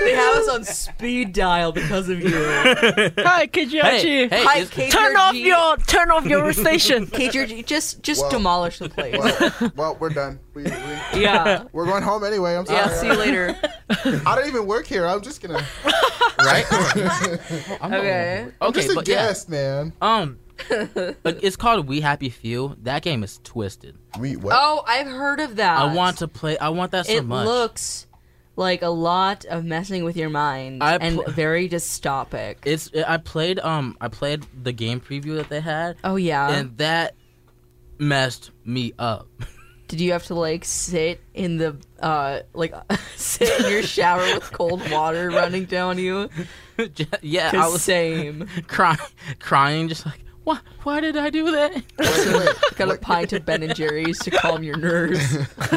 they have us on speed dial because of you.
Hi, KGRG.
Hi,
Hey, turn off
KGRG.
your turn off your station.
KGRG, just just
Well,
demolish the place.
Well, well, we're done. We, we,
Yeah.
We're going home anyway. I'm sorry.
Yeah, see you later.
I don't even work here. I'm just going to.
right?
I'm
okay.
I'm just a
but yeah.
guest, man.
Um, but it's called We Happy Few. That game is twisted.
We
Oh, I've heard of that.
I want to play. I want that so
it
much.
looks like a lot of messing with your mind
I
and
pl-
very dystopic.
It's I played um I played the game preview that they had.
Oh yeah.
and that messed me up.
Did you have to like sit in the uh like sit in your shower with cold water running down you?
yeah, I
'Cause
was
same
crying, crying, just like why? Why did I do that?
Got a pint of Ben and Jerry's to calm your nerves.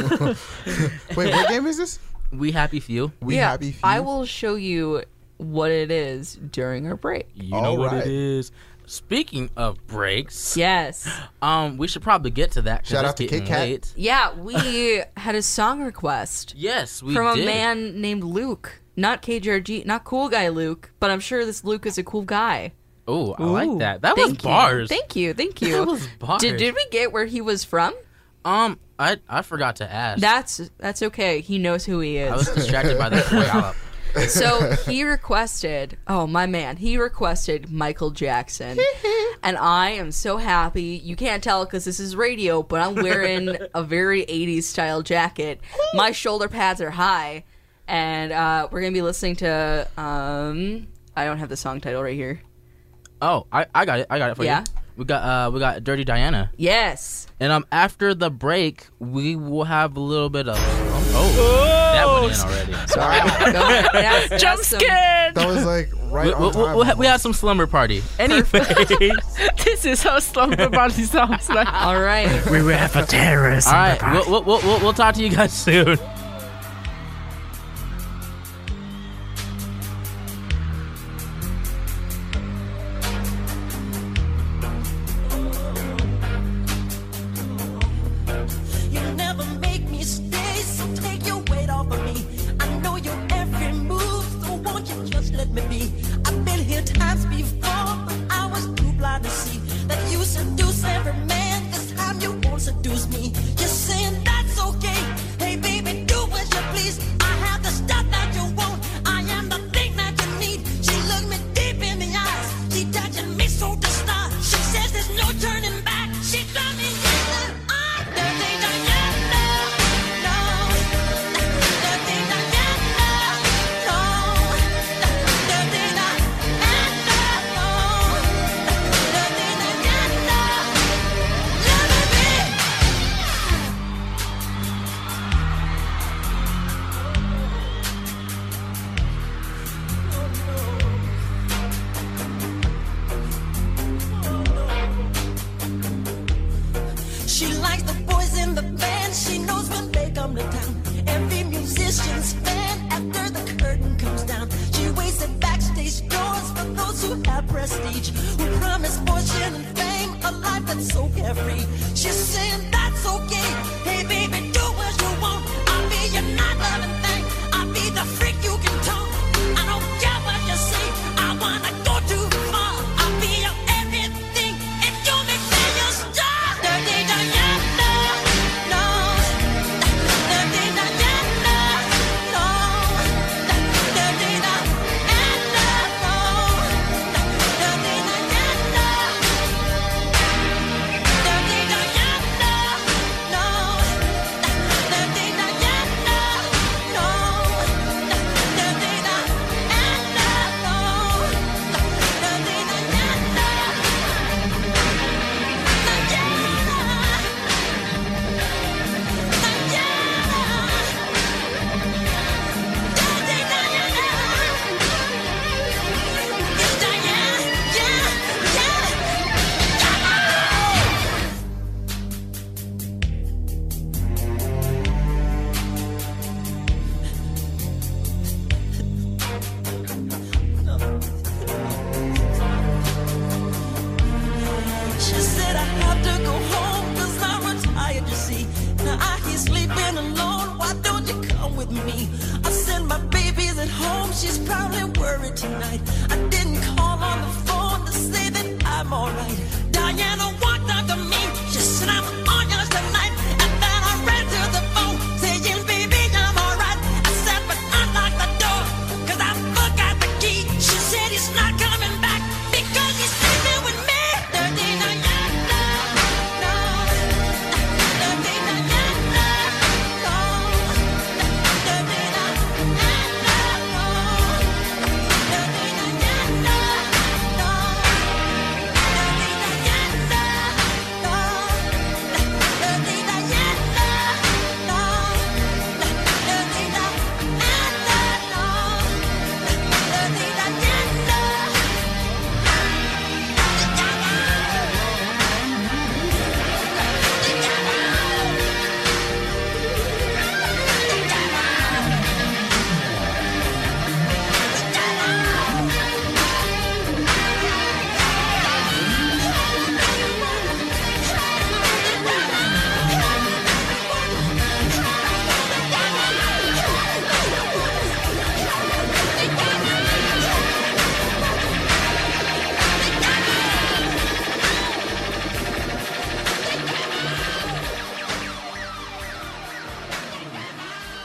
Wait, what game is this?
We Happy Few.
yeah, I will show you what it is during our break.
You know what it is. Speaking of breaks,
yes.
Um, we should probably get to that. 'cause
Shout
it's
out to
getting
Kit Kat.
late.
Yeah, we had a song request.
Yes, we
from
did.
a man named Luke, not KJRG, not cool guy Luke, but I'm sure this Luke is a cool guy.
Oh, I like
Ooh.
that. That was
Thank you.
bars.
Thank you, thank you.
That was bars.
Did, did we get where he was from?
Um, I I forgot to ask.
That's that's okay. He knows who he is.
I was distracted by that flop.
so he requested, oh my man, he requested Michael Jackson. and I am so happy. You can't tell because this is radio, but I'm wearing a very 80s style jacket. My shoulder pads are high. And uh, we're going to be listening to, um, I don't have the song title right here.
Oh, I, I got it. I got it for
Yeah?
you. We got uh we got Dirty Diana.
Yes.
And um after the break, we will have a little bit of Oh, that went in already.
Sorry. Jump
scared.
That was like right
we,
on
we,
time.
we, we have some slumber party. Anyway.
this is how slumber party sounds like.
All right.
We will have a terrorist.
All right. We'll, we'll, we'll- we'll, we'll talk to you guys soon.
You never make me stay, so take your weight off of me. I know your every move, so won't you just let me be? I've been here times before, but I was too blind to see that you seduce every man. This time you won't seduce me. You're saying that's okay. Hey, baby, do what you please. I have the stuff that you want. I am the thing that you need. She looked me deep in the eyes. She touching me so to start. She says there's no turning back. She got me yelling. I'm dirty Diana. No, dirty Diana. No, dirty Diana. No, dirty Diana. Love me. She likes the boys in the band. She knows when they come to town. Every musician's fan after the curtain comes down. She waits at backstage doors for those who have prestige, who promise fortune and fame, a life that's so carefree. She's saying that's okay. Hey baby, do what you want. I'll be your night loving thing. I'll be the freak you can talk. I don't care what you say. I wanna go too far. I'll be your everything. If you make me your star, dirty Diana, no, dirty Diana, no, dirty Diana, no, dirty Diana, dirty Diana. me. I said my baby's at home, she's probably worried tonight. I didn't call on the phone to say that I'm alright. Diana walked up to me, she said I'm on yours tonight. And then I ran to the phone, saying, baby, I'm alright. I said, but unlock the door, cause I forgot the key. She said he's not coming back because he's sleeping with me. Dirty Diana, no. Dirty Diana, no.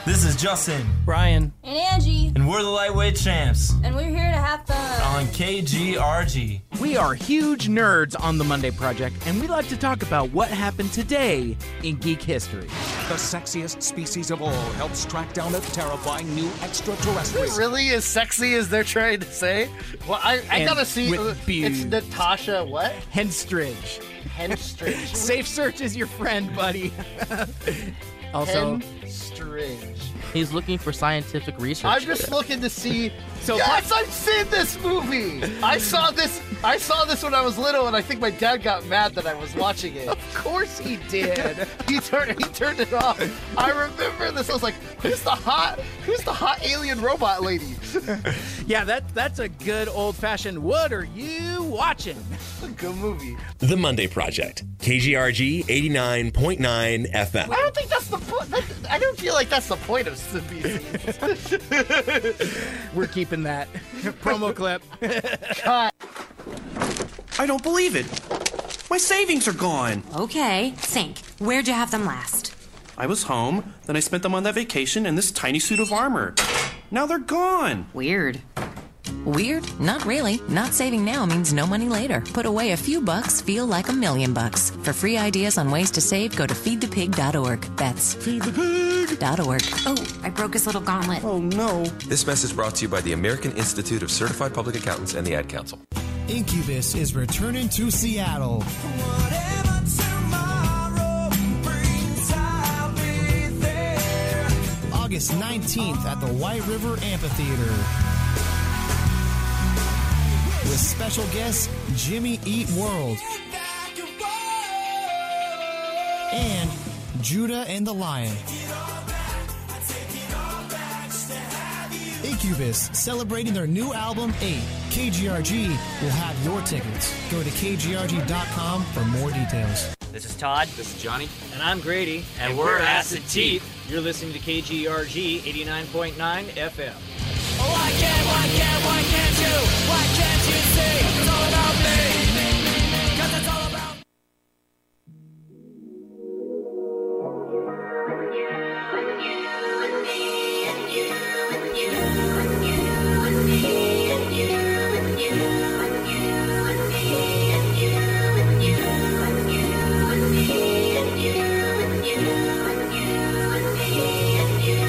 This is Justin,
Brian,
And Angie,
and we're the lightweight champs
and we're here to have fun.
on KGRG.
We are huge nerds on the Monday Project, and we like to talk about what happened today in geek history.
The sexiest species of all helps track down a terrifying new extraterrestrial.
Is it really as sexy as they're trying to say? Well, I, I
And
gotta see. uh,
with
It's
boobs.
Natasha, what?
Henstridge.
Henstridge.
Safe search is your friend, buddy.
Also-
Henstridge.
He's looking for scientific research.
I'm just looking to see.
So-
yes, I've seen this movie. I saw this. I saw this when I was little, and I think my dad got mad that I was watching it. Of course he did. he turned. He turned it off. I remember this. I was like, "Who's the hot? Who's the hot alien robot lady?"
yeah, that that's a good old fashioned. What are you watching?
Good movie.
The Monday Project, KGRG 89.9
I
FM.
don't think that's the point. That, I don't feel like that's the point of Sabine.
We're keeping that promo clip.
I don't believe it. My savings are gone.
Oh. Okay, think. Where'd you have them last?
I was home, then I spent them on that vacation and this tiny suit of armor. Now they're gone.
Weird. Weird? Not really. Not saving now means no money later. Put away a few bucks, feel like a million bucks. For free ideas on ways to save, go to feedthepig.org. That's feedthepig.org. Oh, I broke his little gauntlet. Oh, no.
This message brought to you by the American Institute of Certified Public Accountants and the Ad Council.
Incubus is returning to Seattle. August 19th at the White River Amphitheater. With special guest Jimmy Eat World. And Judah and the Lion. Incubus celebrating their new album 8. KGRG will have your tickets. Go to kgrg.com for more details.
This is Todd. This is Johnny. And I'm Grady.
And we're Acid Teeth.
You're listening to KGRG 89.9 FM.
Thank you.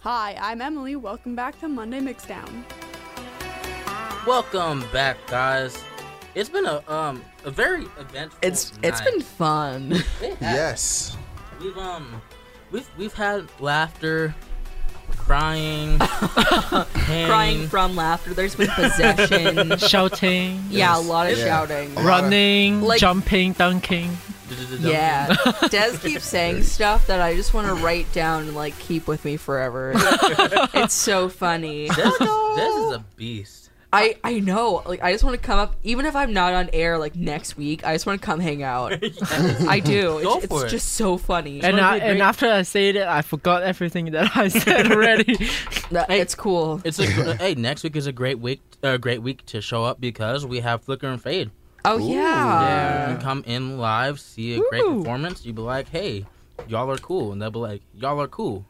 Hi, I'm Emily. Welcome back to Monday Mixdown.
Welcome back, guys. It's been a um a very eventful.
It's it's been fun.
yes.
We've um we've we've had laughter, crying, pain.
Crying from laughter. There's been possession,
Shouting.
Yeah, a lot of shouting.
Running,
Like-
jumping, dunking.
Yeah, Des keeps saying stuff that I just want to write down and like keep with me forever. it's so funny.
Des, Des is a beast.
I I know. Like I just want to come up, even if I'm not on air like next week. I just want to come hang out. I do. It's,
Go
it's
for it.
just so funny.
And, I, and after I say that, I forgot everything that I said already.
it's cool.
It's a gr- hey. Next week is a great week. A great week to show up because we have Flicker and Fade.
Oh, Ooh. yeah.
You can come in live, see a great performance. You'd be like, hey, y'all are cool, and they'll be like, y'all are cool.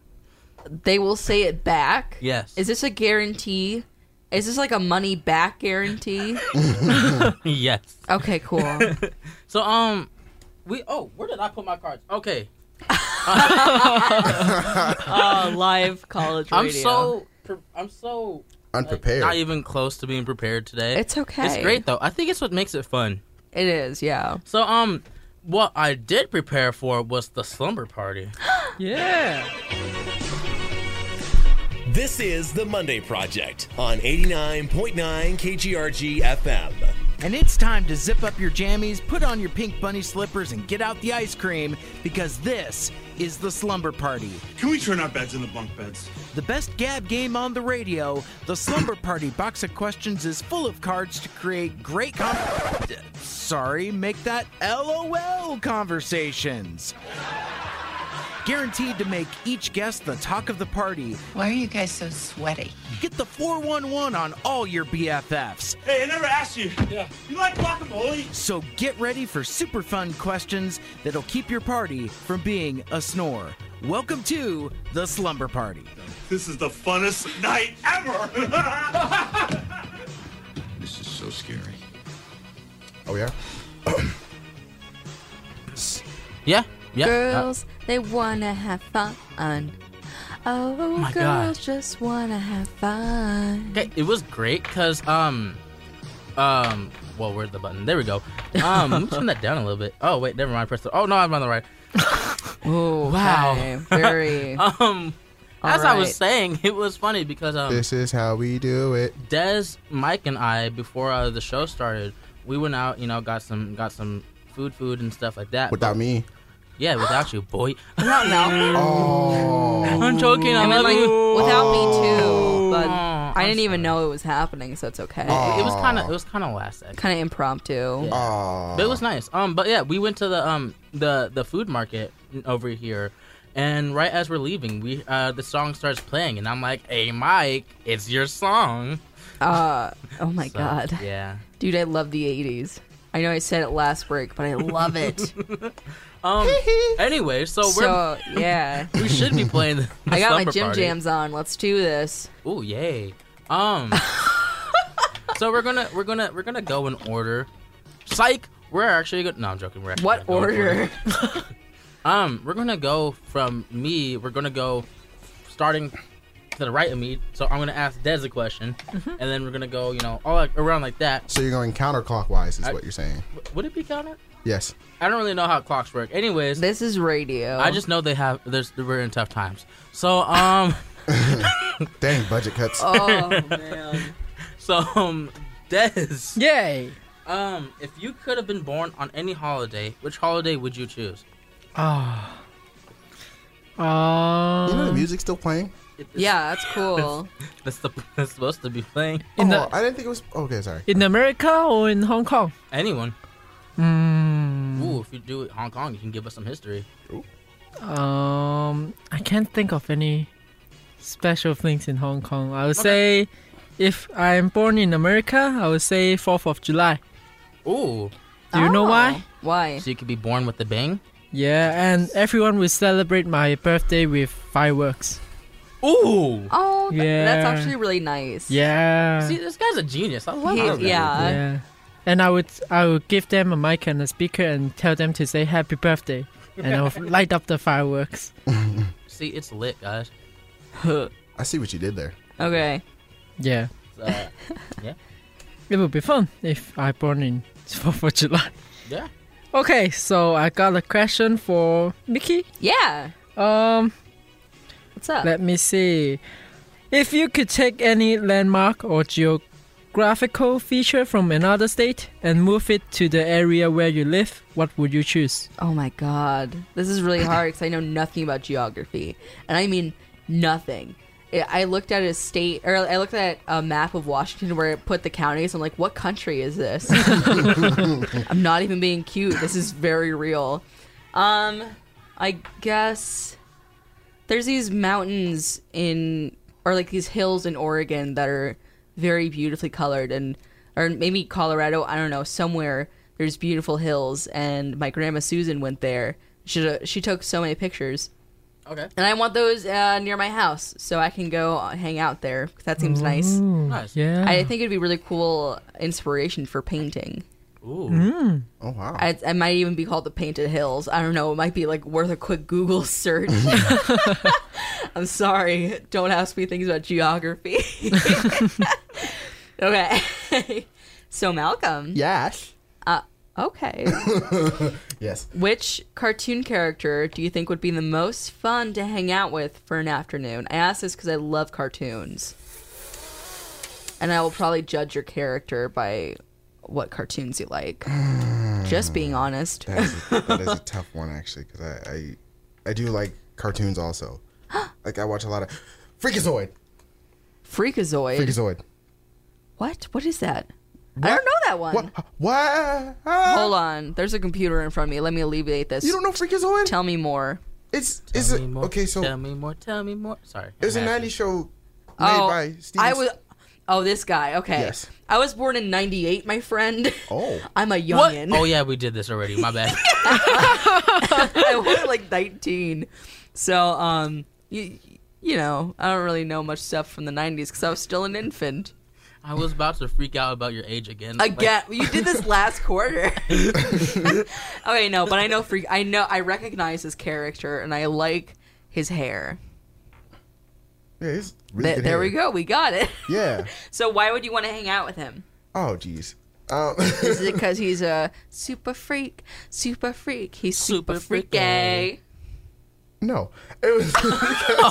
they will say it back.
Yes.
Is this a guarantee? Is this like a money back guarantee?
yes.
okay, cool.
So um, we oh, where did I put my cards? Okay. Uh,
Oh, live college
I'm
radio.
so pre- I'm so
Unprepared.
not even close to being prepared today.
It's okay.
It's great though. I think it's what makes it fun.
It is, yeah.
So um, what I did prepare for was the slumber party.
yeah.
This is the Monday Project on 89.9 KGRG FM.
And it's time to zip up your jammies, put on your pink bunny slippers, and get out the ice cream because this is the slumber party. Can we turn our beds into bunk beds? The best gab game on the radio, the slumber party box of questions is full of cards to create great com. Sorry, make that LOL conversations. Guaranteed to make each guest the talk of the party. Why are you guys so sweaty? Get the 411 on all your BFFs.
Hey, I never asked you. Yeah. You like guacamole?
So get ready for super fun questions that'll keep your party from being a snore. Welcome to the slumber party. This is the funnest night
Ever.
This is so scary.
Oh yeah.
yeah. Yeah.
Girls, they wanna have fun. Oh,
My
girls just wanna have fun.
Okay, it was great because um, um, well, where's the button? There we go. Um, let me turn that down a little bit. Oh wait, never mind. Press the. Oh no, I'm on the right.
oh
wow,
very.
um,
All
as I was
right.
saying, it was funny because um,
This is how we do it.
Des, Mike, and I before uh, the show started, we went out. You know, got some got some food, food and stuff like that.
Without me.
yeah, without you, boy.
Not now.
I'm joking.
I
I'm
mean, like without me too, but
Oh. Oh,
I didn't even know it was happening, so it's okay.
it was kind of it was kind of last second.
kind of impromptu.
Yeah. But it was nice. Um, but yeah, we went to the um the the food market over here, and right as we're leaving, we uh the song starts playing, and I'm like, "Hey, Mike, it's your song."
Uh, oh my
So,
god.
yeah.
Dude, I love the 80s. I know I said it last break, but I love it.
Um. anyway, so we're
So, yeah.
we should be playing. The, the
I got my
slumber
gym
party.
jams on. Let's do this.
Ooh, yay. Um. so we're gonna we're gonna we're gonna go in order. Psych. We're actually gonna. No, I'm joking. We're actually
What
gonna go in
order?
um, we're gonna go from me. We're gonna go starting to the right of me. So I'm gonna ask Des a question,
Mm-hmm.
and then we're gonna go, you know, all like, around like that.
So you're going counterclockwise, is
I-
what you're saying.
W- Would it be counted?
Yes.
I don't really know how clocks work. Anyways,
this is radio.
I just know they have. There's we're in tough times. So um.
Dang, budget cuts.
Oh,
man. So um, Des.
Yay.
Um, if you could have been born on any holiday, which holiday would you choose?
Ah. Um. Oh.
You know the music's still playing?
yeah, that's cool.
That's the that's supposed to be playing
oh, I didn't think it was. Okay, sorry.
In America or in Hong Kong?
anyone.
Mm,
Ooh, if you do it Hong Kong, you can give us some history.
um, I can't think of any special things in Hong Kong. I would say if I'm born in America, I would say 4th of July.
Ooh.
Do you know why?
Why?
So you could be born with a bang.
Yeah, and everyone will celebrate my birthday with fireworks.
Ooh.
Oh, th- that's
Yeah.
actually really nice.
Yeah.
See, this guy's a genius. I love
He-
him.
yeah.
Yeah. And I would I would give them a mic and a speaker and tell them to say happy birthday. And I'll light up the fireworks.
See, it's lit, guys.
I see what you did there.
Okay.
Yeah.
Uh, yeah.
It would be fun if I born in 4th of July.
Yeah.
Okay, so I got a question for Mickey.
Yeah.
Um,
What's up?
Let me see. If you could take any landmark or geographical feature from another state and move it to the area where you live, what would you choose?
Oh my god. This is really hard because I know nothing about geography. And I mean nothing. I I looked at a state, or I looked at a map of Washington where it put the counties. I'm like, what country is this? I'm not even being cute. This is very real. Um, I guess there's these mountains in, or like these hills in Oregon that are very beautifully colored, and or maybe Colorado. I don't know. Somewhere there's beautiful hills, and my grandma Susan went there. She she took so many pictures.
Okay.
And I want those uh, near my house so I can go hang out there. 'cause That seems nice.
Ooh, Nice. yeah.
I think it'd be really cool inspiration for painting.
Ooh.
Mm.
Oh wow.
I, it might even be called the Painted Hills. I don't know. It might be like worth a quick Google search. I'm sorry. Don't ask me things about geography. okay. so Malcolm.
Yes.
Uh, okay.
yes.
Which cartoon character do you think would be the most fun to hang out with for an afternoon? I ask this because I love cartoons. And I will probably judge your character by what cartoons you like. Just being honest.
Hmm. That is a, that is a tough one actually because I, I I do like cartoons also. like I watch a lot of Freakazoid.
Freakazoid.
Freakazoid.
What? What is that? I don't know that one. What? Hold on. There's a computer in front of me. Let me alleviate this.
You don't know Freakazoid?
Tell me more.
It's is it okay? So
tell me more. Tell me more. Sorry.
it was a
I'm happy.
'90s show made
oh,
by Steven.
I was. Oh, this guy. Okay.
Yes.
I was born in '98, my friend.
Oh.
I'm a
What?
youngin.
Oh yeah, we did this already. My bad.
I was like 19. So, um, you, you know, I don't really know much stuff from the 90s because I was still an infant.
I was about to freak out about your age again. Like-
Again, you did this last quarter. okay, no, but I know freak. I know I recognize his character and I like his hair.
Yeah, he's really
Th-
good
there
hair.
we go. We got it.
Yeah.
So why would you want to hang out with him?
Oh jeez. Um,
Is it because he's a super freak? Super freak. He's super, freaky.
no, it was.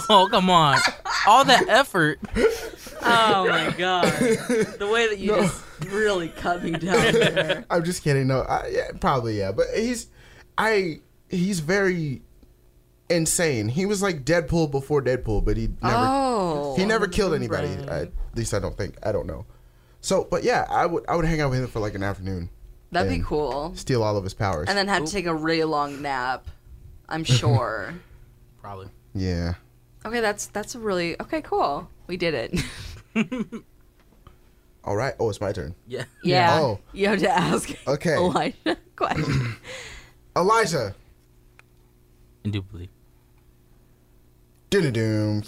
oh come on! All that effort.
Oh my god. The way that you just really cut me down there.
I'm just kidding. No, I, yeah, probably yeah, but he's I he's very insane. He was like Deadpool before Deadpool, but he never
Oh.
he never killed anybody. I, at least I don't think. I don't know. So, but yeah, I would I would hang out with him for like an afternoon.
That'd be
and
cool.
Steal all of his powers.
And then have to take a really long nap. I'm sure.
Probably.
yeah.
Okay, that's that's a really okay. Cool. We did it.
All right. Oh, it's my turn.
Yeah.
Yeah.
Oh.
You have to ask.
Okay.
Elijah. Question.
Elijah.
Indubitably.
Dun doom.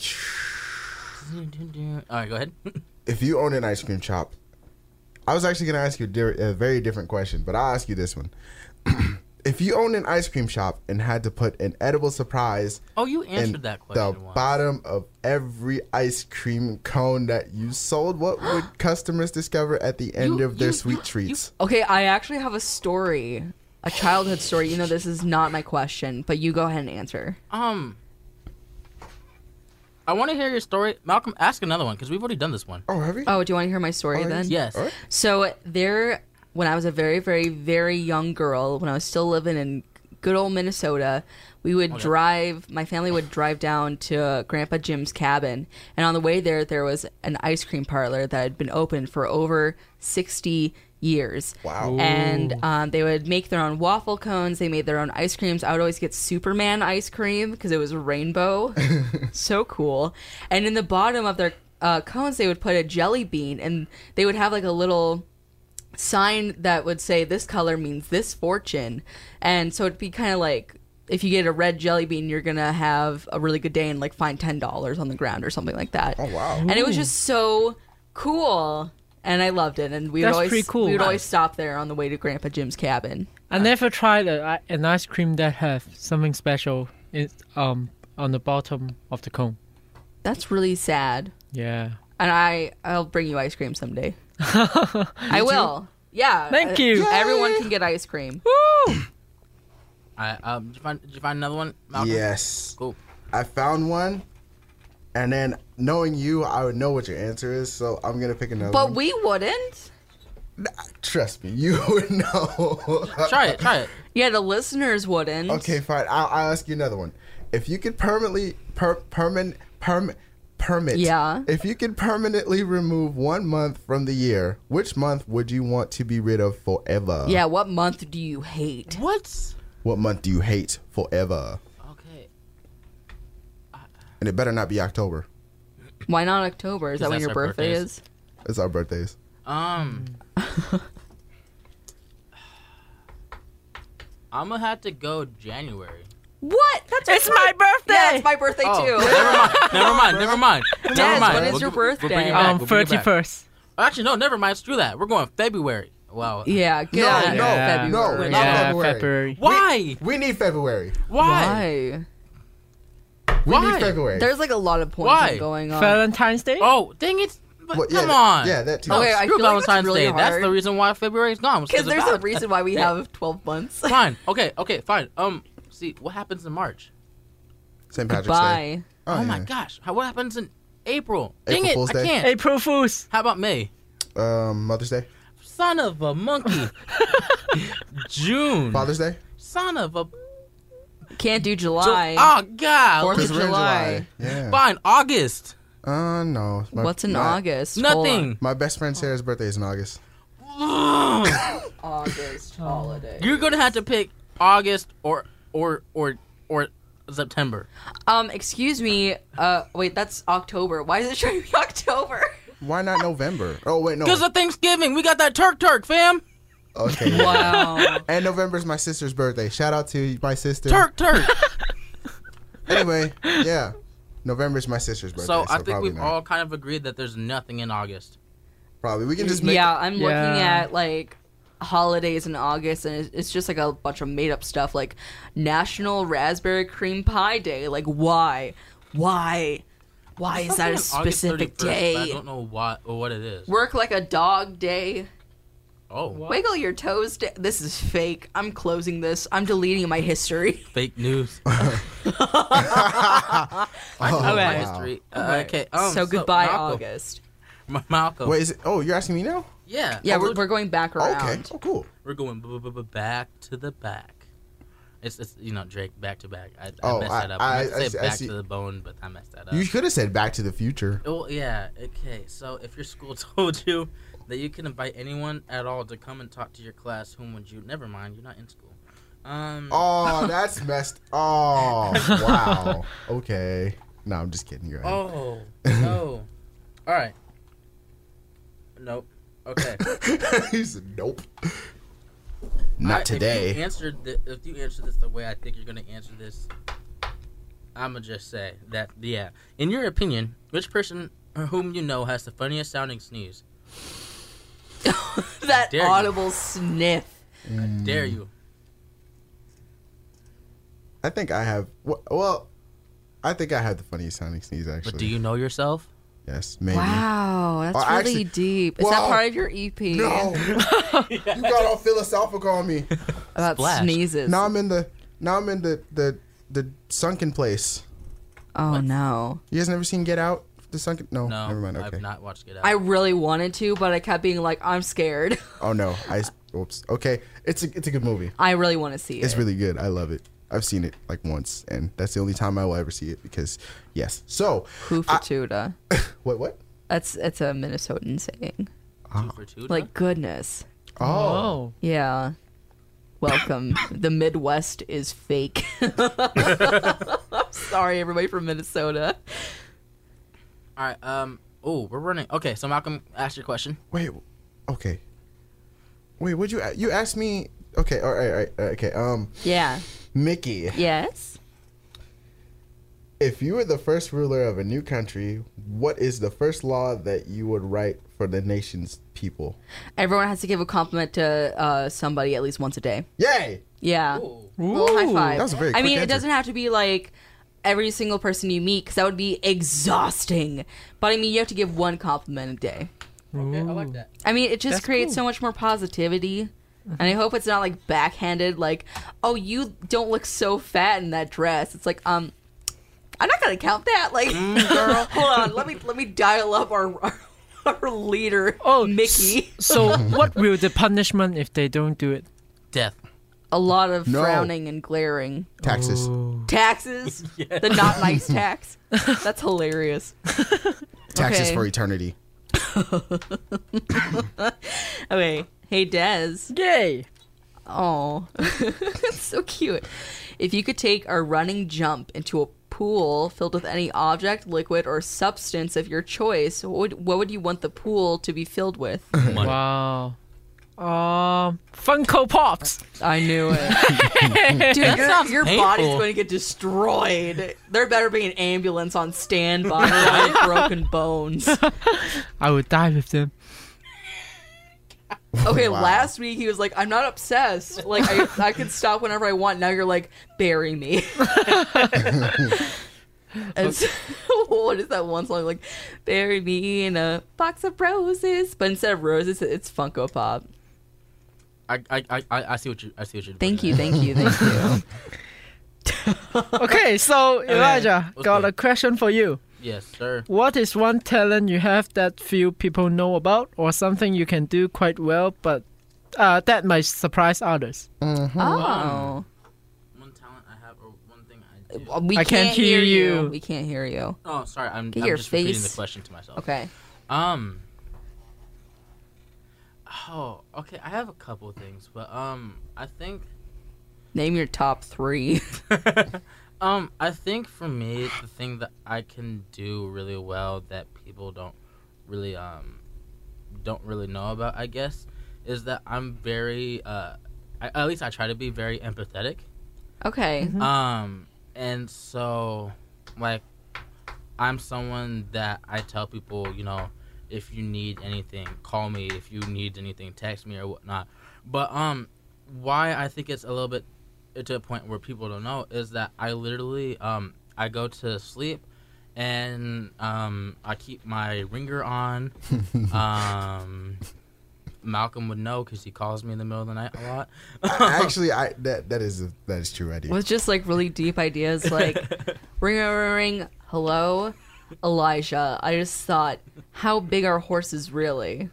All right, go ahead.
if you owned an ice cream shop, I was actually going to ask you a dir- a very different question, but I'll ask you this one. if you owned an ice cream shop and had to put an edible surprise,
Oh, you
in
answered that
the
question once.
bottom of every ice cream cone that you sold, what would customers discover at the end of their sweet treats?
Okay, I actually have a story, a childhood story. You know, this is not my question, but you go ahead and answer.
Um, I want to hear your story, Malcolm. Ask another one because we've already done this one.
Oh, have we?
Oh, do you want to hear my story
Alright.
then?
Yes. Alright.
So there, when I was a very, very, very young girl, when I was still living in good old Minnesota, we would
Okay.
drive. My family would drive down to Grandpa Jim's cabin, and on the way there, there was an ice cream parlor that had been open for over sixty years.
Wow.
And um, they would make their own waffle cones. They made their own ice creams. I would always get Superman ice cream because it was rainbow. so cool. And in the bottom of their uh, cones, they would put a jelly bean, and they would have like a little sign that would say this color means this fortune. And so it'd be kind of like if you get a red jelly bean, you're gonna have a really good day and like find ten dollars on the ground or something like that. Oh
wow!
And it was
Ooh.
just so cool. And I loved it, and we would
That's
always
pretty cool.
we would always
Nice.
stop there on the way to Grandpa Jim's cabin.
I never tried a, an ice cream that have something special in, um, on the bottom of the cone.
That's really sad.
Yeah.
And I, I'll bring you ice cream someday. I will. Yeah. Uh,
Thank you.
Everyone can get ice cream.
I, um, did, you find, did you find another one? Malcolm?
Yes.
Cool.
I found one, and then knowing you, I would know what your answer is, so I'm gonna pick another.
But
one.
we wouldn't.
trust me, you would know.
try it. Try it.
Yeah, the listeners wouldn't.
Okay, fine. I'll, I'll ask you another one. If you could permanently per permanent perm permit
Yeah.
if you could permanently remove one month from the year which month would you want to be rid of forever
yeah, what month do you hate?
What?
what month do you hate forever
Okay.
and it better not be october
Why not October? Is that when
Because
your
that's our
birthday
birthdays.
is?
it's our birthdays
Um, I'm gonna have to go January.
What? That's it's my
birthday.
Yeah, it's my birthday
Oh,
too.
never mind. Never mind. Never mind. Never
Yes,
mind.
when is your
gi- we'll bring
birthday?
it back,
Um,
we'll bring it back.
31st.
Actually, no. Never mind. Screw that. We're going February. Wow.
Yeah, good.
no no no
February.
not
Yeah,
february.
February.
why
we, need february
Why?
we
Why?
need february
There's like a lot of pointing
Why?
going on.
Valentine's Day?
Oh, dang it. But
Well, yeah,
come
that-
on.
yeah, that too.
No,
Okay, I
screw
feel like that's
Valentine's
really
Day. That's the
hard.
reason why February's gone. was
Because there's a
Valentine's
reason why we
Day.
have 12 months.
Fine. Okay. Okay. Fine. Um. See what happens in March.
st patrick's
Bye.
day
Oh, my
yeah.
gosh. How, what happens in April?
April
Dang
Fool's
it.
Day.
I can't.
April Fools.
How about May?
um mother's day
Son of a monkey. June.
father's day
Son of a.
Can't do July.
Ju- oh God.
Fourth of
'Cause we're in
July.
yeah
Fine. August.
uh no My-
What's in
my-
August? Hold
Nothing.
my best friend sarah's birthday is in august
Ah.
on. August holiday.
You're gonna have to pick August or or or or September.
Um, excuse me. Uh, wait, that's October. Why is it showing me October?
why not november oh wait no
Because of Thanksgiving, we got that Turk Turk fam.
Okay.
Wow.
and November's my sister's birthday. Shout out to my sister.
Turk Turk.
Anyway, yeah. November's my sister's birthday.
so I think
probably
we've
not.
all kind of agreed that there's nothing in August.
probably we can just make
yeah, I'm looking
Yeah.
at like holidays in August, and it's- it's just like a bunch of made up stuff, like National Raspberry Cream Pie Day. Like, why? Why? Why is that a
Something on August
specific
31st, but I
day?
don't know what or what it is.
Work like a dog day.
Oh,
Wiggle your toes. Day. This is fake. I'm closing this. I'm deleting my history.
fake news. I can
Oh,
do my
wow.
history. Uh,
Right.
okay. Um,
so goodbye,
Malcolm.
August.
Ma- Malcolm.
Wait, is it oh you're asking me now?
Yeah.
Yeah,
Oh,
we're, we're going back around.
Okay. Oh cool.
We're going b- b- b- back to the back. It's, it's you know Drake back to back. I, I
Oh,
messed
I-
that up.
I-
I, meant to
I
say
see- I
back
see.
to the bone, but I messed that up.
You could have said back to the future.
Oh yeah. Okay. So if your school told you that you can invite anyone at all to come and talk to your class, whom would you? Never mind. You're not in school. Um.
Oh, that's messed. Oh, wow. Okay. No, I'm just kidding. You're right.
Oh no. all right. Nope. Okay.
he said nope. Not
I- If you
today.
answered thi- if you answer this the way I think you're gonna answer this, I'ma just say that yeah. In your opinion, which person whom you know has the funniest sounding sneeze?
that
dare you.
audible sniff.
I
Mm.
dare you.
I think I have. wh- Well, I think I have the funniest sounding sneeze actually.
But do you know yourself?
Yes, maybe.
Wow, that's
Oh, I
really
actually-
deep. Is that
Well,
part of your
e-
EP?
No, you got all philosophical on me.
About
Splash.
sneezes.
Now I'm in the now I'm in the the the sunken place.
Oh no.
You guys never seen Get Out? The sunken? No,
No,
never mind. Okay.
I've not watched Get Out.
I really wanted to, but I kept being like, I'm scared.
Oh no, I. s- Oops. Okay, it's a it's a good movie.
I really want to see it.
It's really good. I love it. I've seen it like once, and that's the only time I will ever see it because yes. So
Hoofatooda.
what what?
That's it's a Minnesotan saying.
Two for two.
Like goodness.
Oh,
Yeah. Welcome. the Midwest is fake. Sorry, everybody from Minnesota.
All right. Um. Oh, we're running. Okay. So Malcolm, ask your question.
wait. Okay. Wait, would you a- you asked me? Okay, all right, all right, all right, okay. Um,
Yeah.
Mickey,
Yes.
if you were the first ruler of a new country, what is the first law that you would write for the nation's people?
Everyone has to give a compliment to uh, somebody at least once a day.
Yay!
Yeah.
Ooh.
Little high five.
That was a very
I
quick
mean, it
answer.
doesn't have to be like every single person you meet because that would be exhausting. But I mean, you have to give one compliment a day.
Okay, I like that.
I mean, it just
That's
creates
cool.
so much more positivity. And I hope it's not like backhanded, like, oh, you don't look so fat in that dress. It's like, um, I'm not gonna count that. Like, girl, hold on, let me let me dial up our our, our leader, oh, Mickey.
So what will the punishment if they don't do it?
Death.
a lot of
No.
frowning and glaring.
Taxes.
Taxes. The not nice tax. That's hilarious.
Taxes
Okay.
for eternity.
Okay. Hey, Des.
Yay.
Oh, it's so cute. If you could take a running jump into a pool filled with any object, liquid, or substance of your choice, what would, what would you want the pool to be filled with?
Wow. Um, Funko Pops.
I knew
it.
Dude, your, your body's going to get destroyed. There better be an ambulance on standby with broken bones.
I would die with them.
Okay,
Wow.
last week he was like, "I'm not obsessed. Like I, I can stop whenever I want." Now you're like, "Bury me." and so, what is that one song like? "Bury me in a box of roses," but instead of roses, it's Funko Pop.
I, I, I, I see what you. I see what you.
Thank you, thank you, thank you.
Okay, so
Okay,
Elijah,
what's
got
good?
a question for you.
Yes, sir.
What is one talent you have that few people know about, or something you can do quite well, but uh, that might surprise others?
Oh. We
I
can't,
can't
hear,
hear
you.
you.
We can't hear you.
Oh, sorry. I'm,
Get
I'm
your
just
face.
repeating the question to myself.
Okay.
Um. Oh, okay. I have a couple of things, but um, I think
Name your top three.
um, I think for me the thing that I can do really well that people don't really um don't really know about, I guess, is that I'm very uh, I, at least I try to be very empathetic.
Okay.
Um, and so, like, I'm someone that I tell people, you know, if you need anything, call me. If you need anything, text me or whatnot. But um, why I think it's a little bit to a point where people don't know is that I literally um I go to sleep. And um, I keep my ringer on. um, Malcolm would know because he calls me in the middle of the night a lot.
Actually, I that that is that is true. I do.
with just like really deep ideas like ring ring ring hello elijah i just thought how big are horses really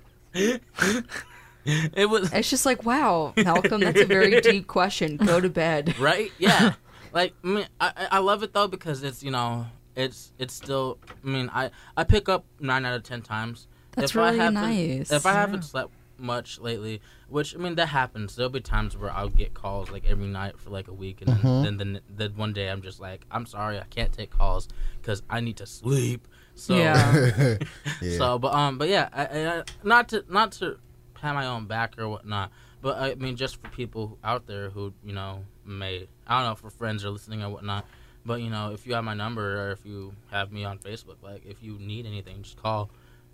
it was
it's just like wow malcolm that's a very deep question go to bed
right? Yeah. like I mean, I, I- I love it though because it's you know it's it's still. I mean, I I pick up nine out of ten times.
That's
if
really
I haven't,
nice.
If I
Yeah.
haven't slept much lately, which I mean that happens. There'll be times where I'll get calls like every night for like a week, and
Mhm.
then, then then then one day I'm just like, I'm sorry, I can't take calls because I need to sleep. So
Yeah. Yeah.
so but um but yeah, I, I, I- not to not to pat my own back or whatnot, but I mean just for people out there who you know may I don't know for friends or listening or whatnot, but you know if you have my number or if you have me on Facebook, like if you need anything, just call.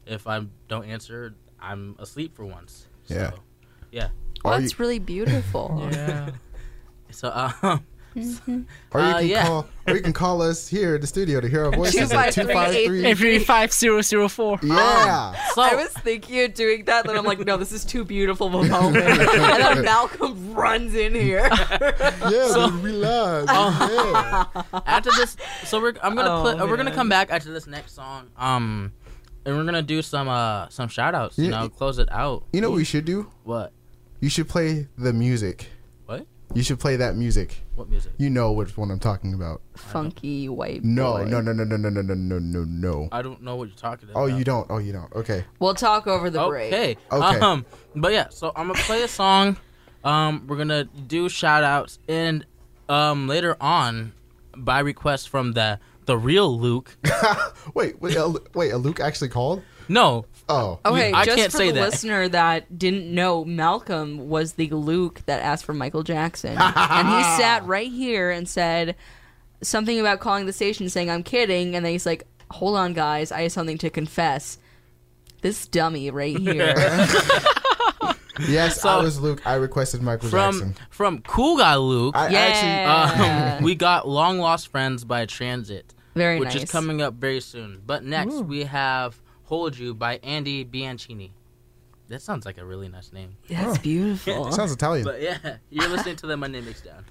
If I don't answer, I'm asleep for once.
Yeah.
So, yeah.
Well, that's really beautiful
So um.
Mhm.
Or you
Uh,
can
yeah.
call, or you can call us here at the studio to hear our voices. at 253
253-5004.
Yeah.
I was thinking of doing that, then I'm like, no, this is too beautiful of a moment. and then Malcolm runs in here.
yeah, we love.
after this, so we're I'm gonna
Oh,
put, uh, we're gonna
man.
come back after this next song. Um, and we're gonna do some uh some shout outs. You
Yeah,
know,
y-
close it out.
You know what we should do?
What?
You should play the music.
What?
You should play that music.
What music?
You know which one I'm talking about.
Funky white
No,
boy.
no, no, no, no, no, no, no, no, no, no.
I don't know what you're talking about.
Oh, you don't. Oh, you don't. Okay.
We'll talk over the break.
Okay.
Okay.
Um, but yeah, so I'm gonna play a song. Um, we're gonna do shout outs and um later on, by request from the the real Luke.
wait, wait, uh, wait. A Luke actually called?
No.
Oh.
Okay,
I
just
can't
for
say
the
that.
listener that didn't know, Malcolm was the Luke that asked for Michael Jackson, and he sat right here and said something about calling the station, saying I'm kidding, and then he's like, "Hold on, guys, I have something to confess." This dummy right here
Yes,
So-
I was Luke. I requested Michael
from
Jackson.
from Cool Guy Luke.
I actually- Yeah.
um, we got Long Lost Friends by Transit,
Very
which
nice.
is coming up very soon. But next we have Hold You by Andy Bianchini. That sounds like a really nice name.
That's beautiful. Sounds Italian.
But yeah, you're listening to the Monday Mixdown.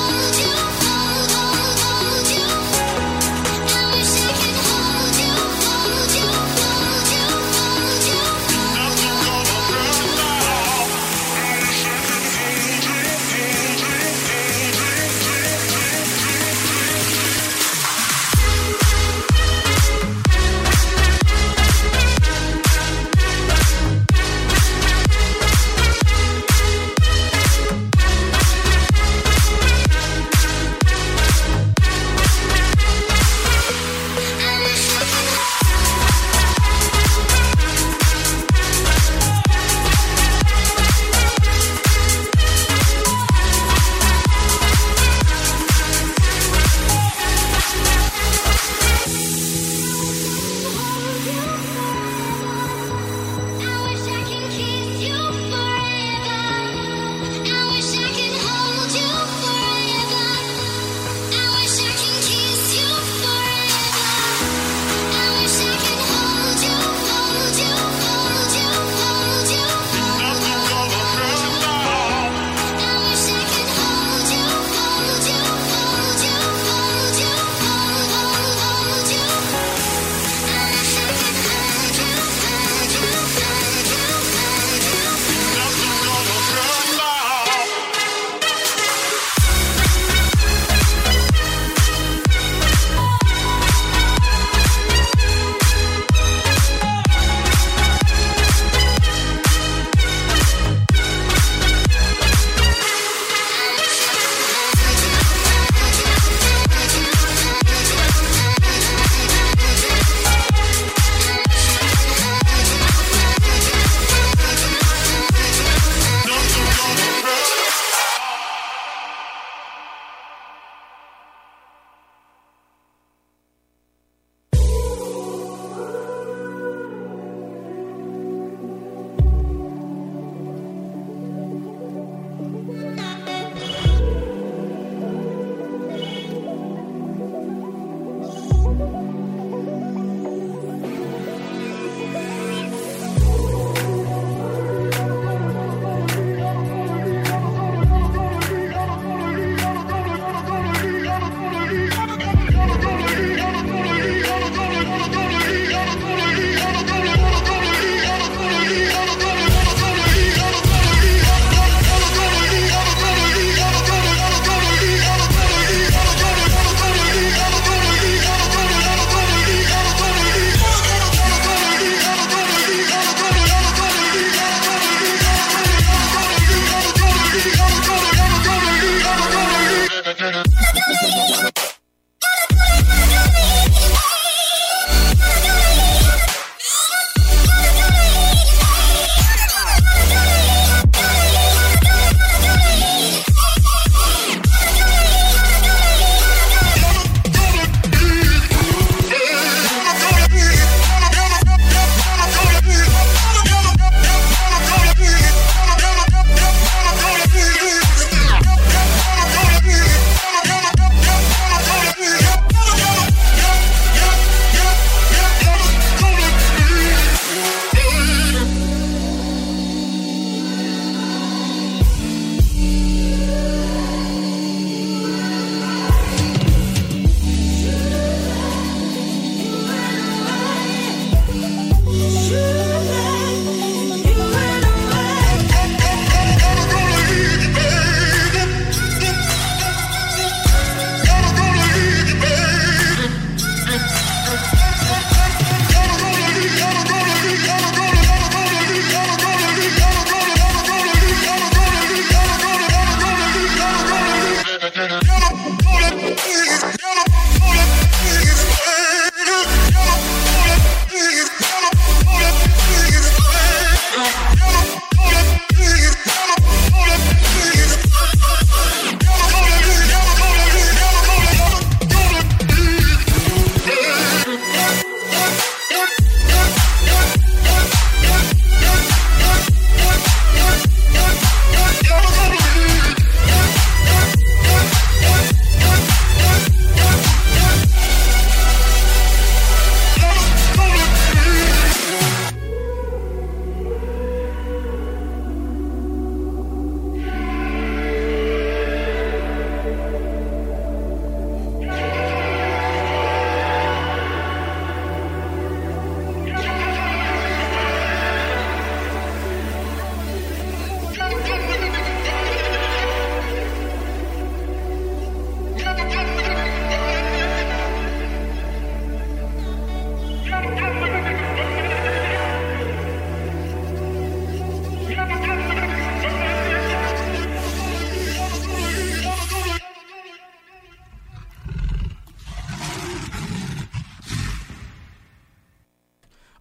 Thank you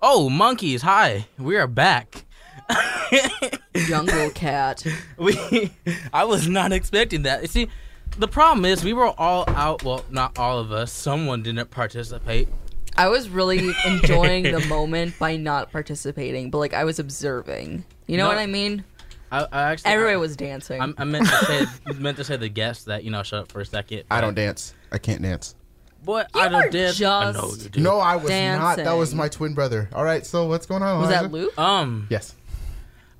Oh, monkeys! Hi, we are back.
Jungle cat.
We, I was not expecting that. You see, the problem is we were all out. Well, not all of us. Someone didn't participate.
I was really enjoying the moment by not participating, but like I was observing. You know
No.
what I mean?
I, I actually,
Everyone was dancing.
I, I meant to say, meant to say the guests that you know shut up for a second.
I
but-
don't dance. I can't dance.
But I don't dance. I know
just
you do.
No, I was not. That was my twin brother. All right, so what's going on?
Was that
Eliza?
Luke?
Um.
Yes.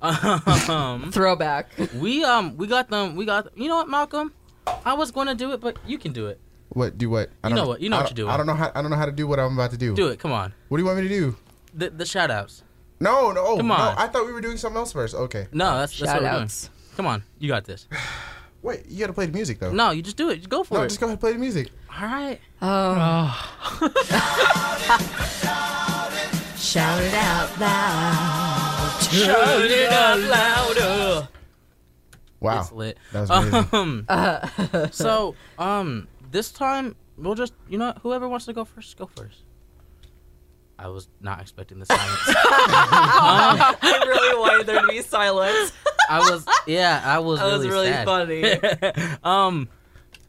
Um,
Throwback.
We um we got them. We got you know what Malcolm. I was going to do it, but you can do it.
What do what?
You know what- you know
I
what you're
don't- I don't know how. I don't know how to do what I'm about to do.
Do it. Come on.
What do you want me to do?
The the shout outs.
No, no.
Come
Oh, no,
on.
I thought we were doing something else first. Okay.
No, that's that's what we're doing.
Shout-outs.
Come on, you got this.
Wait, you got to play the music though.
No, Oh, you just do it. Just go for
No,
it.
just go ahead and play the music.
All right.
Oh.
Shout it out loud.
Shout it out louder.
Wow.
It's lit.
That was amazing.
Um,
Uh.
so um this time we'll just you know whoever wants to go first go first. I was not expecting this. silence. Um,
I really wanted there to be silence.
I was yeah, I was
That was
really,
really
sad.
funny.
um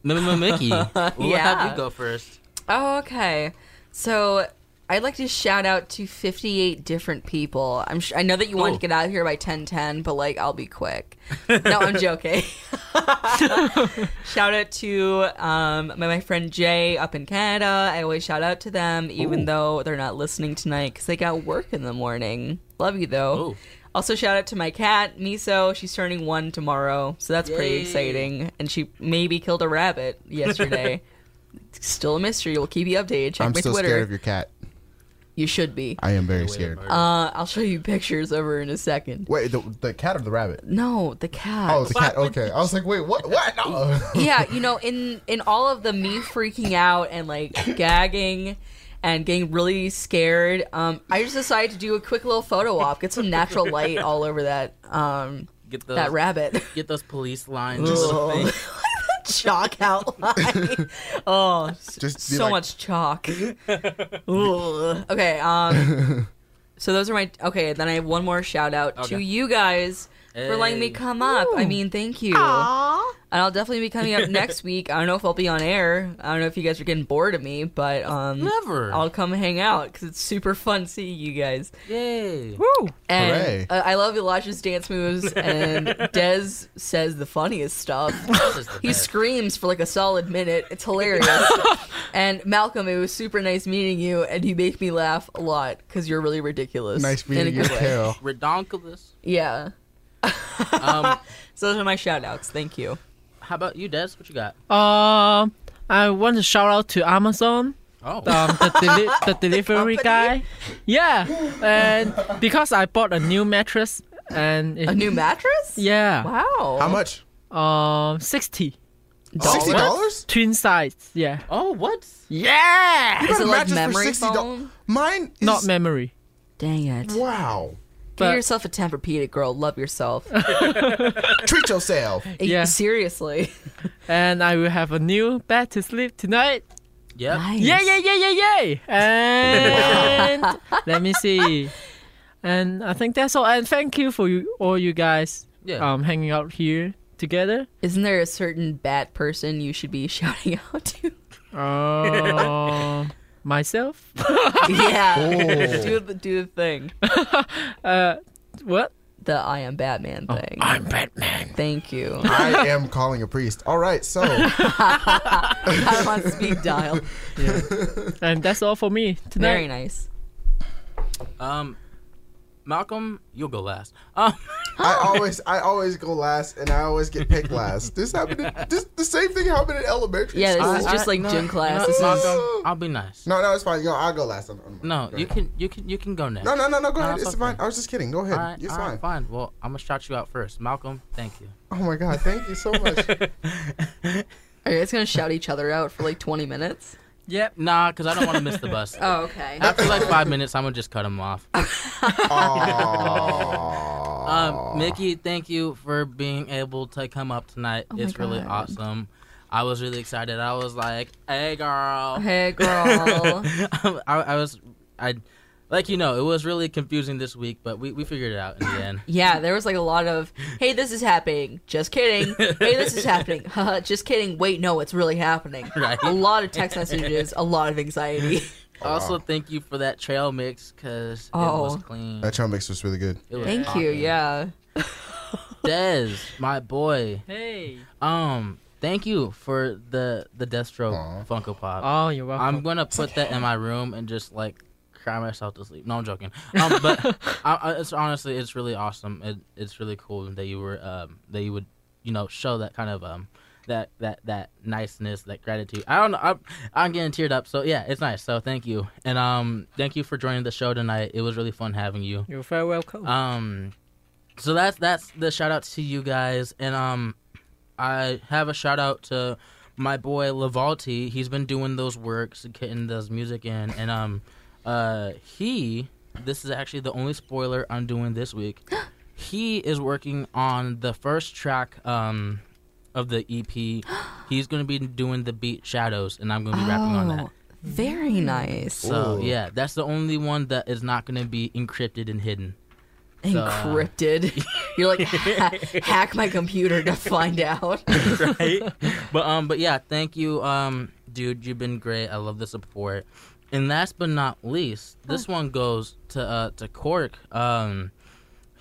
M- M- Mickey, we'll have
Yeah.
you go first.
Oh, okay. So I'd like to shout out to 58 different people. I'm sh- I know that you want
Ooh.
to get out of here by 10:10, but like I'll be quick. No, I'm joking. shout out to um, my, my friend Jay up in Canada. I always shout out to them, even
Ooh.
though they're not listening tonight because they got work in the morning. Love you though. Also, shout out to my cat Miso. She's turning one tomorrow, so that's pretty
Yay.
exciting. And she maybe killed a rabbit yesterday. Still a mystery. We'll keep you updated. Check
I'm
my
still
Twitter.
scared of your cat.
You should be.
I am very scared.
Uh, I'll show you pictures of her in a second.
Wait, the, the cat or the rabbit?
No, the cat.
Oh, the cat. Okay. I was like, wait, what? What? No.
yeah, you know, in in all of the me freaking out and like gagging and getting really scared, um, I just decided to do a quick little photo op, get some natural light all over that um
Get those,
that rabbit.
Get those police lines.
Just-
little thing.
chalk outline. oh,
Just
just
be
so
like-
much chalk. Ugh. okay. Um. So those are my okay. Then I have one more shout out to
Okay.
you guys for letting me
Hey.
come up. I mean, thank you. And I'll definitely be coming up next week. I don't know if I'll be on air. I don't know if you guys are getting bored of me, but um,
Never.
I'll come hang out because it's super fun seeing you guys.
Yay!
Woo!
Hooray.
And uh, I love Elijah's dance moves, and Dez says the funniest stuff. he screams for like a solid minute. It's hilarious. and Malcolm, it was super nice meeting you, and you make me laugh a lot because you're really ridiculous.
Nice
in a
meeting you,
good way.
Carol.
Redonkulous.
Yeah.
Um,
so those are my shout outs. Thank you.
How about you, Des? What you got?
Um, I want to shout out to Amazon.
Oh.
Um, the, deli- the delivery guy. Yeah, and because I bought a new mattress and
A new mattress?
Yeah.
Wow.
How much?
Um, sixty.
$60?
What? Twin size. Yeah.
Oh, what?
Yeah.
You got a mattress for $60. Mine is
Not memory.
Dang it.
Wow.
Get yourself a Tempur-Pedic, girl. Love yourself.
Treat yourself.
Yeah.
Seriously.
And I will have a new bed to sleep tonight.
Yep.
Yeah, yeah, yeah, yeah, yeah. And let me see. And I think that's all. And thank you for you, all you guys
Yeah.
um, hanging out here together.
Isn't there a certain bat person you should be shouting out to?
Um, myself?
yeah.
Oh.
Do the do the thing.
uh, what?
The I am Batman
Oh,
thing.
I'm Batman.
Thank you.
I am calling a priest. All right, so
I'm on speed dial.
And that's all for me tonight.
Very nice.
Um, Malcolm, you'll go last. Um,
I always I always go last, and I always get picked last. This happened. In, this the same thing happened in elementary.
Yeah, this
school.
is just like gym class. This is-
Malcolm, I'll be nice.
No, no, it's fine. No, I'll go last. I'm- I'm-
No,
go
you
ahead.
can, you can, you can go next.
No, no, no, no. Go ahead.
it's
It's fine. I was just kidding. Go ahead.
All right,
it's
all
fine.
right, fine. Well, I'm gonna shout you out first, Malcolm. Thank you.
Oh my god! Thank you so much.
Are you guys gonna shout each other out for like 20 minutes?
Yep. Nah, because I don't want to miss the bus.
Oh, okay.
After like five minutes, I'm gonna just cut him off. um, Mickey, thank you for being able to come up tonight.
Oh my
it's really
God.
awesome. I was really excited. I was like, "Hey, girl!
Hey, girl.
I, I was, I, like you know, it was really confusing this week, but we, we figured it out in the end.
Yeah, there was like a lot of, hey, this is happening. Just kidding. Hey, this is happening. Haha, Just kidding. Wait, no, it's really happening.
Right.
A lot of text messages, a lot of anxiety.
Also, thank you for that trail mix because it
Oh.
was clean.
That trail mix was really good.
It was
Thank
awesome.
you. Yeah.
Dez, my boy.
Hey.
Um, thank you for the the Deathstroke Funko Pop.
Oh, you're welcome.
I'm gonna put that in my room and just like cry myself to sleep. No, I'm joking. Um, but I, I, it's honestly, it's really awesome. It, it's really cool that you were um that you would you know show that kind of um. That, that that niceness, that gratitude. I don't know. I'm, I'm getting teared up. So yeah, it's nice. So thank you, and um, thank you for joining the show tonight. It was really fun having you.
You're very welcome.
Um, so that's that's the shout out to you guys, and um, I have a shout out to my boy Lavalti. He's been doing those works, getting those music in, and um, uh, he. This is actually the only spoiler I'm doing this week. he is working on the first track um of the EP. He's going to be doing the beat Shadows, and I'm going to be rapping on that.
Oh, Very nice.
So yeah, that's the only one that is not going to be encrypted and hidden. So, uh,
Encrypted. You're like, ha- hack my computer to find out.
right? But um, but yeah, thank you, um, dude. You've been great. I love the support. And last but not least, this one goes to uh to Cork. Um,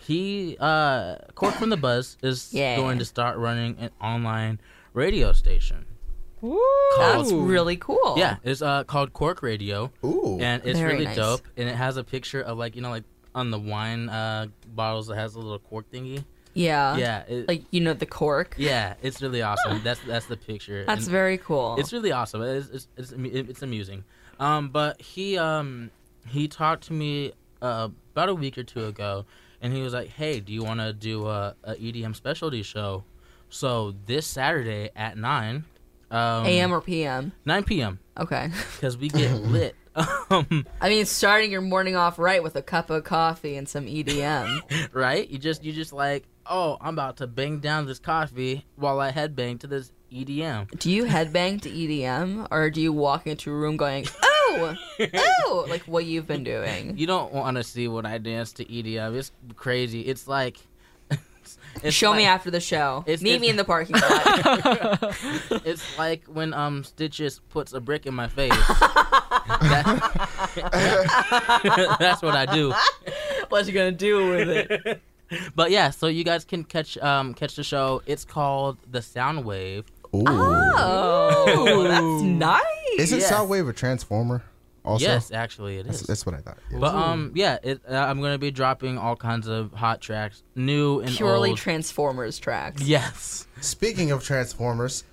he uh Cork from the Buzz is
Yeah.
going to start running an online radio station.
That's really cool.
Yeah, it's uh called Cork Radio.
Ooh,
and it's
Very
really
nice.
dope. And it has a picture of like you know like on the wine uh bottles it has a little cork thingy.
Yeah.
Yeah. it-
like, you know, the cork.
yeah, it's really awesome. That's that's the picture.
That's very cool.
It's really awesome. It's it's, it's, amu- it's amusing. Um, but he um he talked to me uh, about a week or two ago, and he was like, "Hey, do you want to do a, a EDM specialty show?" So this Saturday at nine, um,
AM or PM?
9 p.m.
Okay.
because we get lit. Um,
I mean, starting your morning off right with a cup of coffee and some E EDM.
right? You just you just like, oh, I'm about to bang down this coffee while I headbang to this E EDM.
do you headbang to EDM or do you walk into a room going, oh, oh, like what you've been doing?
You don't want to see what I dance to EDM. It's crazy. It's like. it's
Show me
like-
after the show.
it's-
Meet
it's-
me in the parking lot.
It's like when um Stitches puts a brick in my face. That- that's what I do.
What you gonna do with it?
But yeah, so you guys can catch um catch the show. It's called The Sound Wave.
Ooh.
Oh, that's nice.
Isn't
Yes.
Soundwave a transformer? Also,
Yes, actually it
That's,
is.
that's what I thought.
But
Ooh.
um yeah, it, uh, I'm gonna be dropping all kinds of hot tracks, new and
Purely
old.
Transformers tracks.
Yes.
Speaking of Transformers,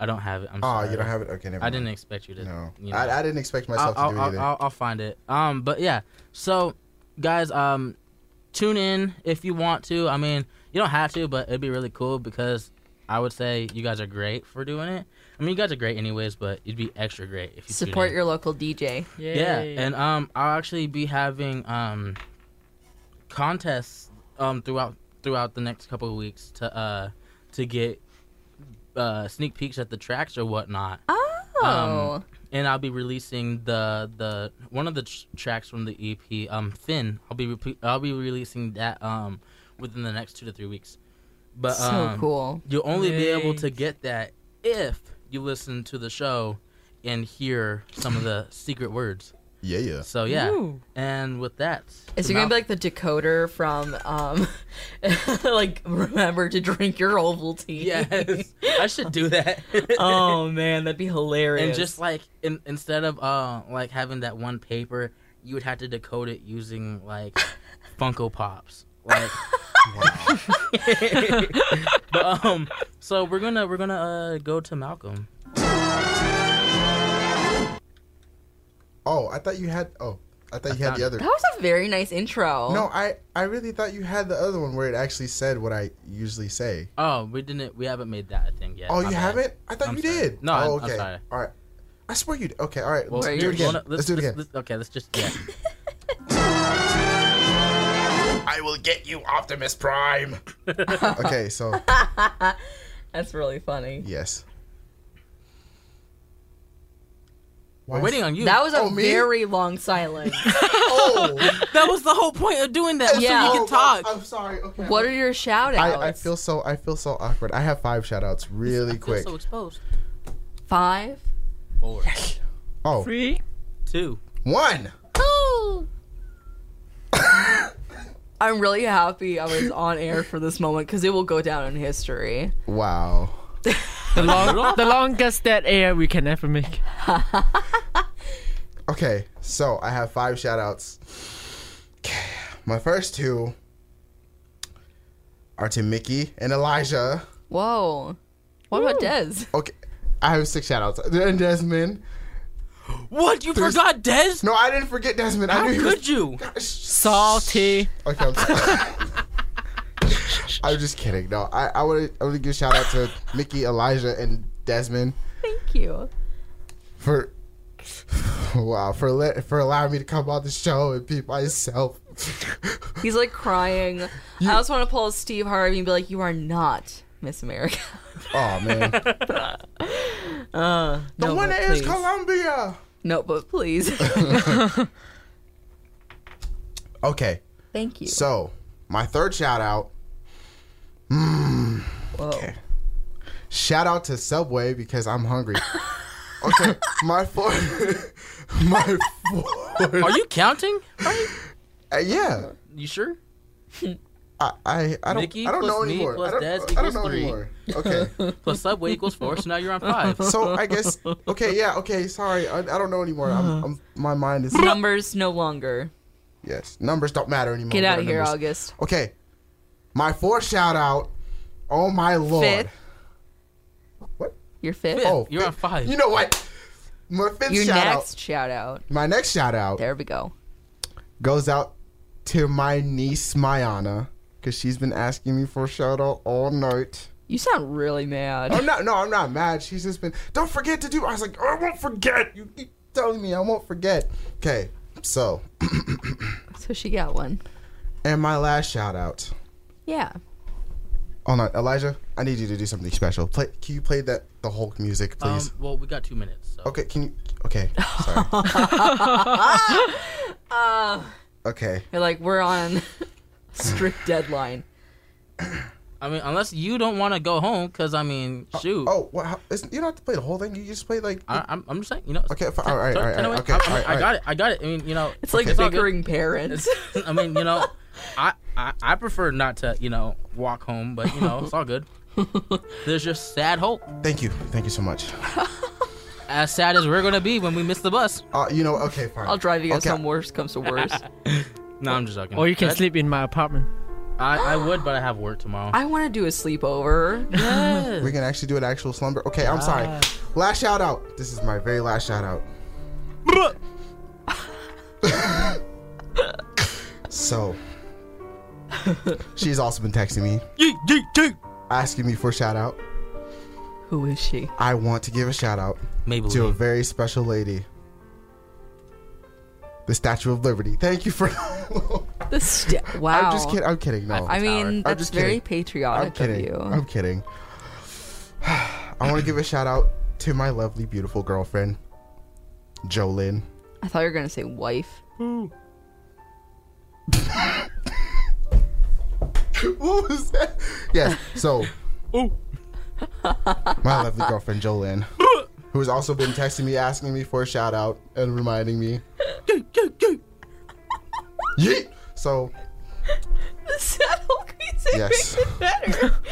I don't have it. I'm
oh,
sorry.
you don't have it. Okay, never
I
mind.
didn't expect you to.
No,
you know.
I, I didn't expect myself
I'll,
to do
I'll,
it either.
I'll, I'll find it. Um, but yeah. So, guys, um, tune in if you want to. I mean, you don't have to, but it'd be really cool because I would say you guys are great for doing it. I mean, you guys are great anyways, but it'd be extra great if you tune
Support
in.
your local DJ.
Yeah, and um, I'll actually be having um, contests um throughout throughout the next couple of weeks to uh to get uh sneak peeks at the tracks or whatnot. Um,
Oh.
and I'll be releasing the the one of the tr- tracks from the EP um Finn. I'll be repe- I'll be releasing that um within the next two to three weeks. But
So
um,
cool.
You'll only be able
Yay.
to get that if you listen to the show and hear some of the secret words.
Yeah, yeah.
So yeah,
Ooh.
and with that,
Is it gonna be like the decoder from um like remember to drink your Ovaltine?
Yes. I should do that.
oh man, that'd be hilarious.
and just like in, instead of uh like having that one paper, you would have to decode it using like Funko Pops. Like but, um so we're gonna we're gonna uh go to Malcolm.
Oh, I thought you had. Oh, I thought you had the other.
That was a very nice intro.
No, I I really thought you had the other one where it actually said what I usually say.
Oh, we didn't we haven't made that a thing yet.
oh,
My bad.
you haven't? I thought
I'm
you
sorry.
did.
No,
Oh,
I'm- I'm
okay.
sorry.
All right. I swear you. Okay. All right.
Well,
let's do
here-
it again.
well, no,
let's, do it again.
let's- okay, let's just yeah.
I will get you, Optimus Prime. okay. So
That's really funny.
yes.
We're waiting on you.
That was a
Oh, me?
very long silence.
That was the whole point of doing that. was So you could talk.
I'm sorry. Okay.
What are your shout outs?
I, I feel so I feel so awkward. I have five shout outs really quick.
so exposed. Five.
Four.
oh.
Three.
Two.
One.
Ooh. I'm really happy I was on air for this moment because it will go down in history.
Wow.
The, long, the longest dead air we can ever make.
Okay, so I have five shout outs. My first two are to Mickey and Elijah.
Whoa. What about Dez?
Okay. I have six shout outs. And Desmond.
What? You forgot Des?
No, I didn't forget Desmond.
How
I knew he
could
was-
you?
Salty.
Okay, I'm sorry. I'm just kidding. No, I, I want to I wanna give a shout out to Mickey, Elijah, and Desmond
Thank you.
for wow for let, for allowing me to come on the show and be myself.
He's like crying. I also want to pull Steve Harvey and be like, "You are not Miss America."
Oh man,
Uh,
the
no,
winner
but
is
please.
Columbia.
No, but please.
Okay.
Thank you.
So my third shout out. Mm,
Whoa.
Shout out to Subway because I'm hungry. Okay, my fourth. my fourth.
Are you counting?
Uh, yeah.
You sure?
I, I, I don't,
Mickey
I don't
plus
know
me
anymore.
plus
I don't,
Des
I don't
equals
know
three.
anymore. Okay.
plus Subway equals four, so now you're on five.
So I guess okay, yeah, okay. Sorry, I, I don't know anymore. I'm, I'm, my mind is
Numbers Uh-huh. no longer.
yes. Numbers don't matter anymore.
Get
What
out
are
of here,
numbers?
August.
Okay, my fourth shout out. Oh my lord.
Fifth. You're fifth.
Oh,
you're on five.
You know what? My fifth
Your
shout
next shout out.
out. My next shout out.
There we go.
Goes out to my niece Mayana because she's been asking me for a shout out all night.
You sound really mad.
Oh no, no, I'm not mad. She's just been. Don't forget to do. I was like, "Oh, I won't forget. You keep telling me I won't forget. Okay, so
So she got one.
and my last shout out.
Yeah.
Hold on, Elijah. I need you to do something special. Play. Can you play that the Hulk music,
Um,
please?
well, we got two minutes. So.
okay. Can you? Okay. Sorry.
Uh,
okay.
you're like we're on strict deadline.
I mean, unless you don't want to go home, because I mean, shoot.
Oh, what? How, is, you don't have to play the whole thing. You just play like.
I, I'm, I'm just saying, you know.
Okay. Fine, all right. All right.
Turn
All
away.
right. Okay.
I,
All
I mean,
right.
I got it. I got it. I mean, you know,
It's like
all good.
bickering parents.
I mean, you know, I, I I prefer not to, you know, walk home, but you know, it's all good. There's just sad hope.
Thank you. Thank you so much.
As sad as we're gonna be when we miss the bus.
Uh, you know. Okay. Fine.
I'll drive you guys
Okay.
home. Worse comes to worse.
No, I'm just joking.
Or you can
But
sleep in my apartment.
I, I would, but I have work tomorrow.
I want to do a sleepover. Yes.
We can actually do an actual slumber. Okay. I'm sorry.
Ah.
Last shout out. This is my very last shout out. so. she's also been texting me. Asking me for a shout out.
Who is she?
I want to give a shout out to a very special lady. The Statue of Liberty. Thank you for.
The st- wow.
I'm just kidding. I'm kidding. No.
I mean,
I'm
that's
just
very
kidding.
patriotic
I'm kidding.
of you.
I'm kidding. I want to give a shout out to my lovely, beautiful girlfriend, Jolyn.
I thought you were gonna say wife.
what was that? Yes. So.
Ooh.
my lovely girlfriend Jolyn, who has also been texting me, asking me for a shout out and reminding me. Yeet. So
The saddle crazy
Yes.
makes it better.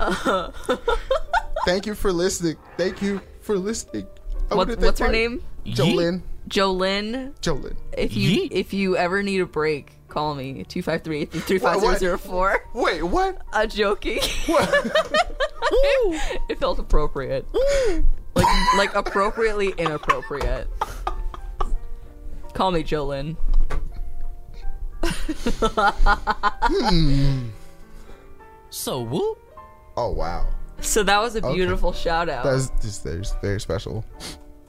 Uh,
thank you for listening. Thank you for listening. I
what,
wanna thank
what's her
my-
name?
Jolyn.
Jolyn.
Jolyn.
If you if you ever need a break, call me 253-835-004.
Wait, what?
I'm joking. it felt appropriate. like like appropriately inappropriate. Call me Jolyn.
So whoop.
Hmm. Oh wow.
So that was a
Okay.
beautiful shout out.
That's just very, very special.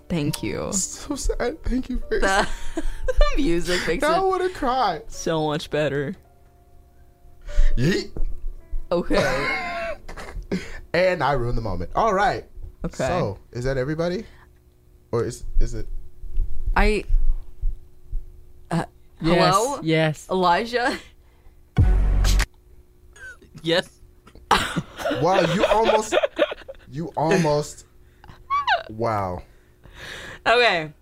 Thank you.
So sad. Thank you very
The, the music makes
Now I
it
want to cry.
so much better.
Yeet.
Okay.
And I ruined the moment. All right.
Okay.
So is that everybody? Or is is it?
I. Uh,
Yes,
hello?
yes.
Elijah?
Yes.
wow, you almost, you almost. Wow.
Okay.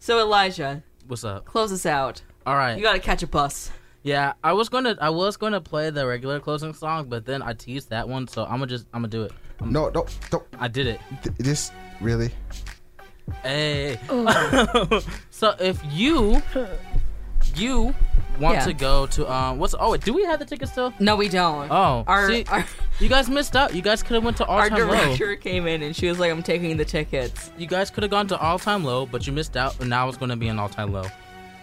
So, Elijah,
What's up?
close us out.
All right.
You gotta catch a bus.
Yeah, I was gonna I was gonna play the regular closing song, but then I teased that one, so I'm gonna just I'm gonna do it. I'm-
No, don't, don't.
I did it.
Th- this really.
Hey.
Oh.
so if you you want
Yeah.
to go to um what's oh wait, do we have the tickets still?
No, we don't.
Oh,
Our-
see,
our-
you guys missed out. You guys could have went to all
Our
time
director
low.
came in and she was like, I'm taking the tickets.
You guys could have gone to all time low, but you missed out, and now it's gonna be an all time low.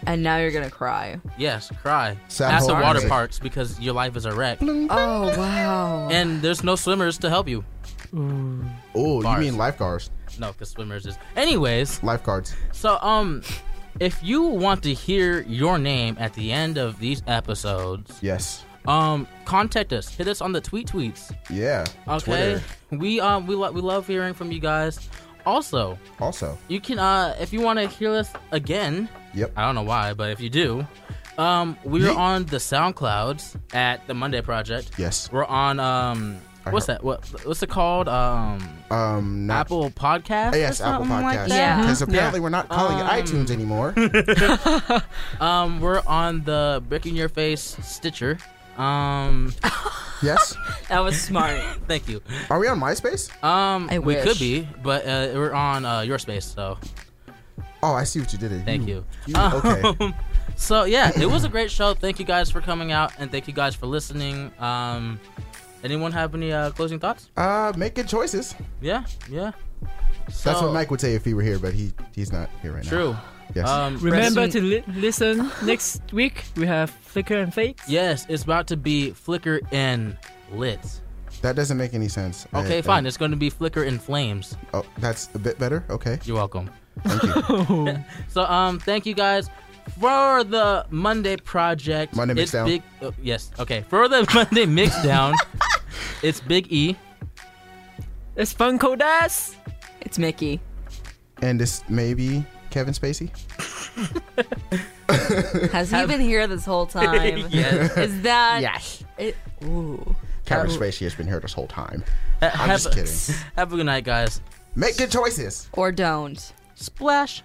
And now you're gonna cry.
Yes, cry.
Sad
At the
whole
water
music.
parks because your life is a wreck,
Oh, wow.
and there's no swimmers to help you.
Oh, you
Bars.
mean lifeguards?
No, because swimmers is. Anyways,
Lifeguards.
So, um, if you want to hear your name at the end of these episodes,
Yes.
um, contact us. Hit us on the tweet tweets.
Yeah.
Okay.
Twitter.
We um we lo- we love hearing from you guys. Also,
Also.
you can uh if you want to hear us again.
Yep.
I don't know why, but if you do, um, we're on the SoundClouds at the Monday Project.
Yes.
We're on um.
I
What's
heard-
that? What what's it called? Um,
Um. Not,
Apple Podcast.
Yes, Apple Podcast. Because apparently we're not calling it iTunes anymore.
Um, we're on the Brick in Your Face Stitcher. Um,
yes.
That was smart.
Thank you.
Are we on MySpace?
Um,
I
we
wish.
could be, but uh, we're on uh, your space. So
Oh, I see what you did. there.
thank
you.
you.
okay.
Um, so yeah, it was a great show. Thank you guys for coming out, and thank you guys for listening. Um, anyone have any uh, closing thoughts?
Uh, make good choices.
Yeah, yeah.
That's
So-
what Mike would say if he were here, but he he's not here right now.
True. Um,
Yes.
Remember to li- listen next week. We have Flickr and Fake.
Yes, it's about to be Flickr and Lit.
That doesn't make any sense.
Okay,
Uh,
fine. It's going to be Flickr and Flames.
Oh, that's a bit better. Okay.
You're welcome. So um, thank you guys for the Monday project.
Monday
it's
Mixdown.
Big, oh, yes. Okay. For the Monday mixdown, it's Big E.
It's Funko Das.
It's Mickey.
And this may be Kevin Spacey.
Has he been here this whole time?
Uh,
Yes.
Is that.
Yes.
It, ooh.
Kevin
Ooh.
Spacey has been here this whole time.
Ha-
I'm
Uh, have
just
a-
kidding.
Have a good night, guys.
Make good choices.
Or don't.
Splash.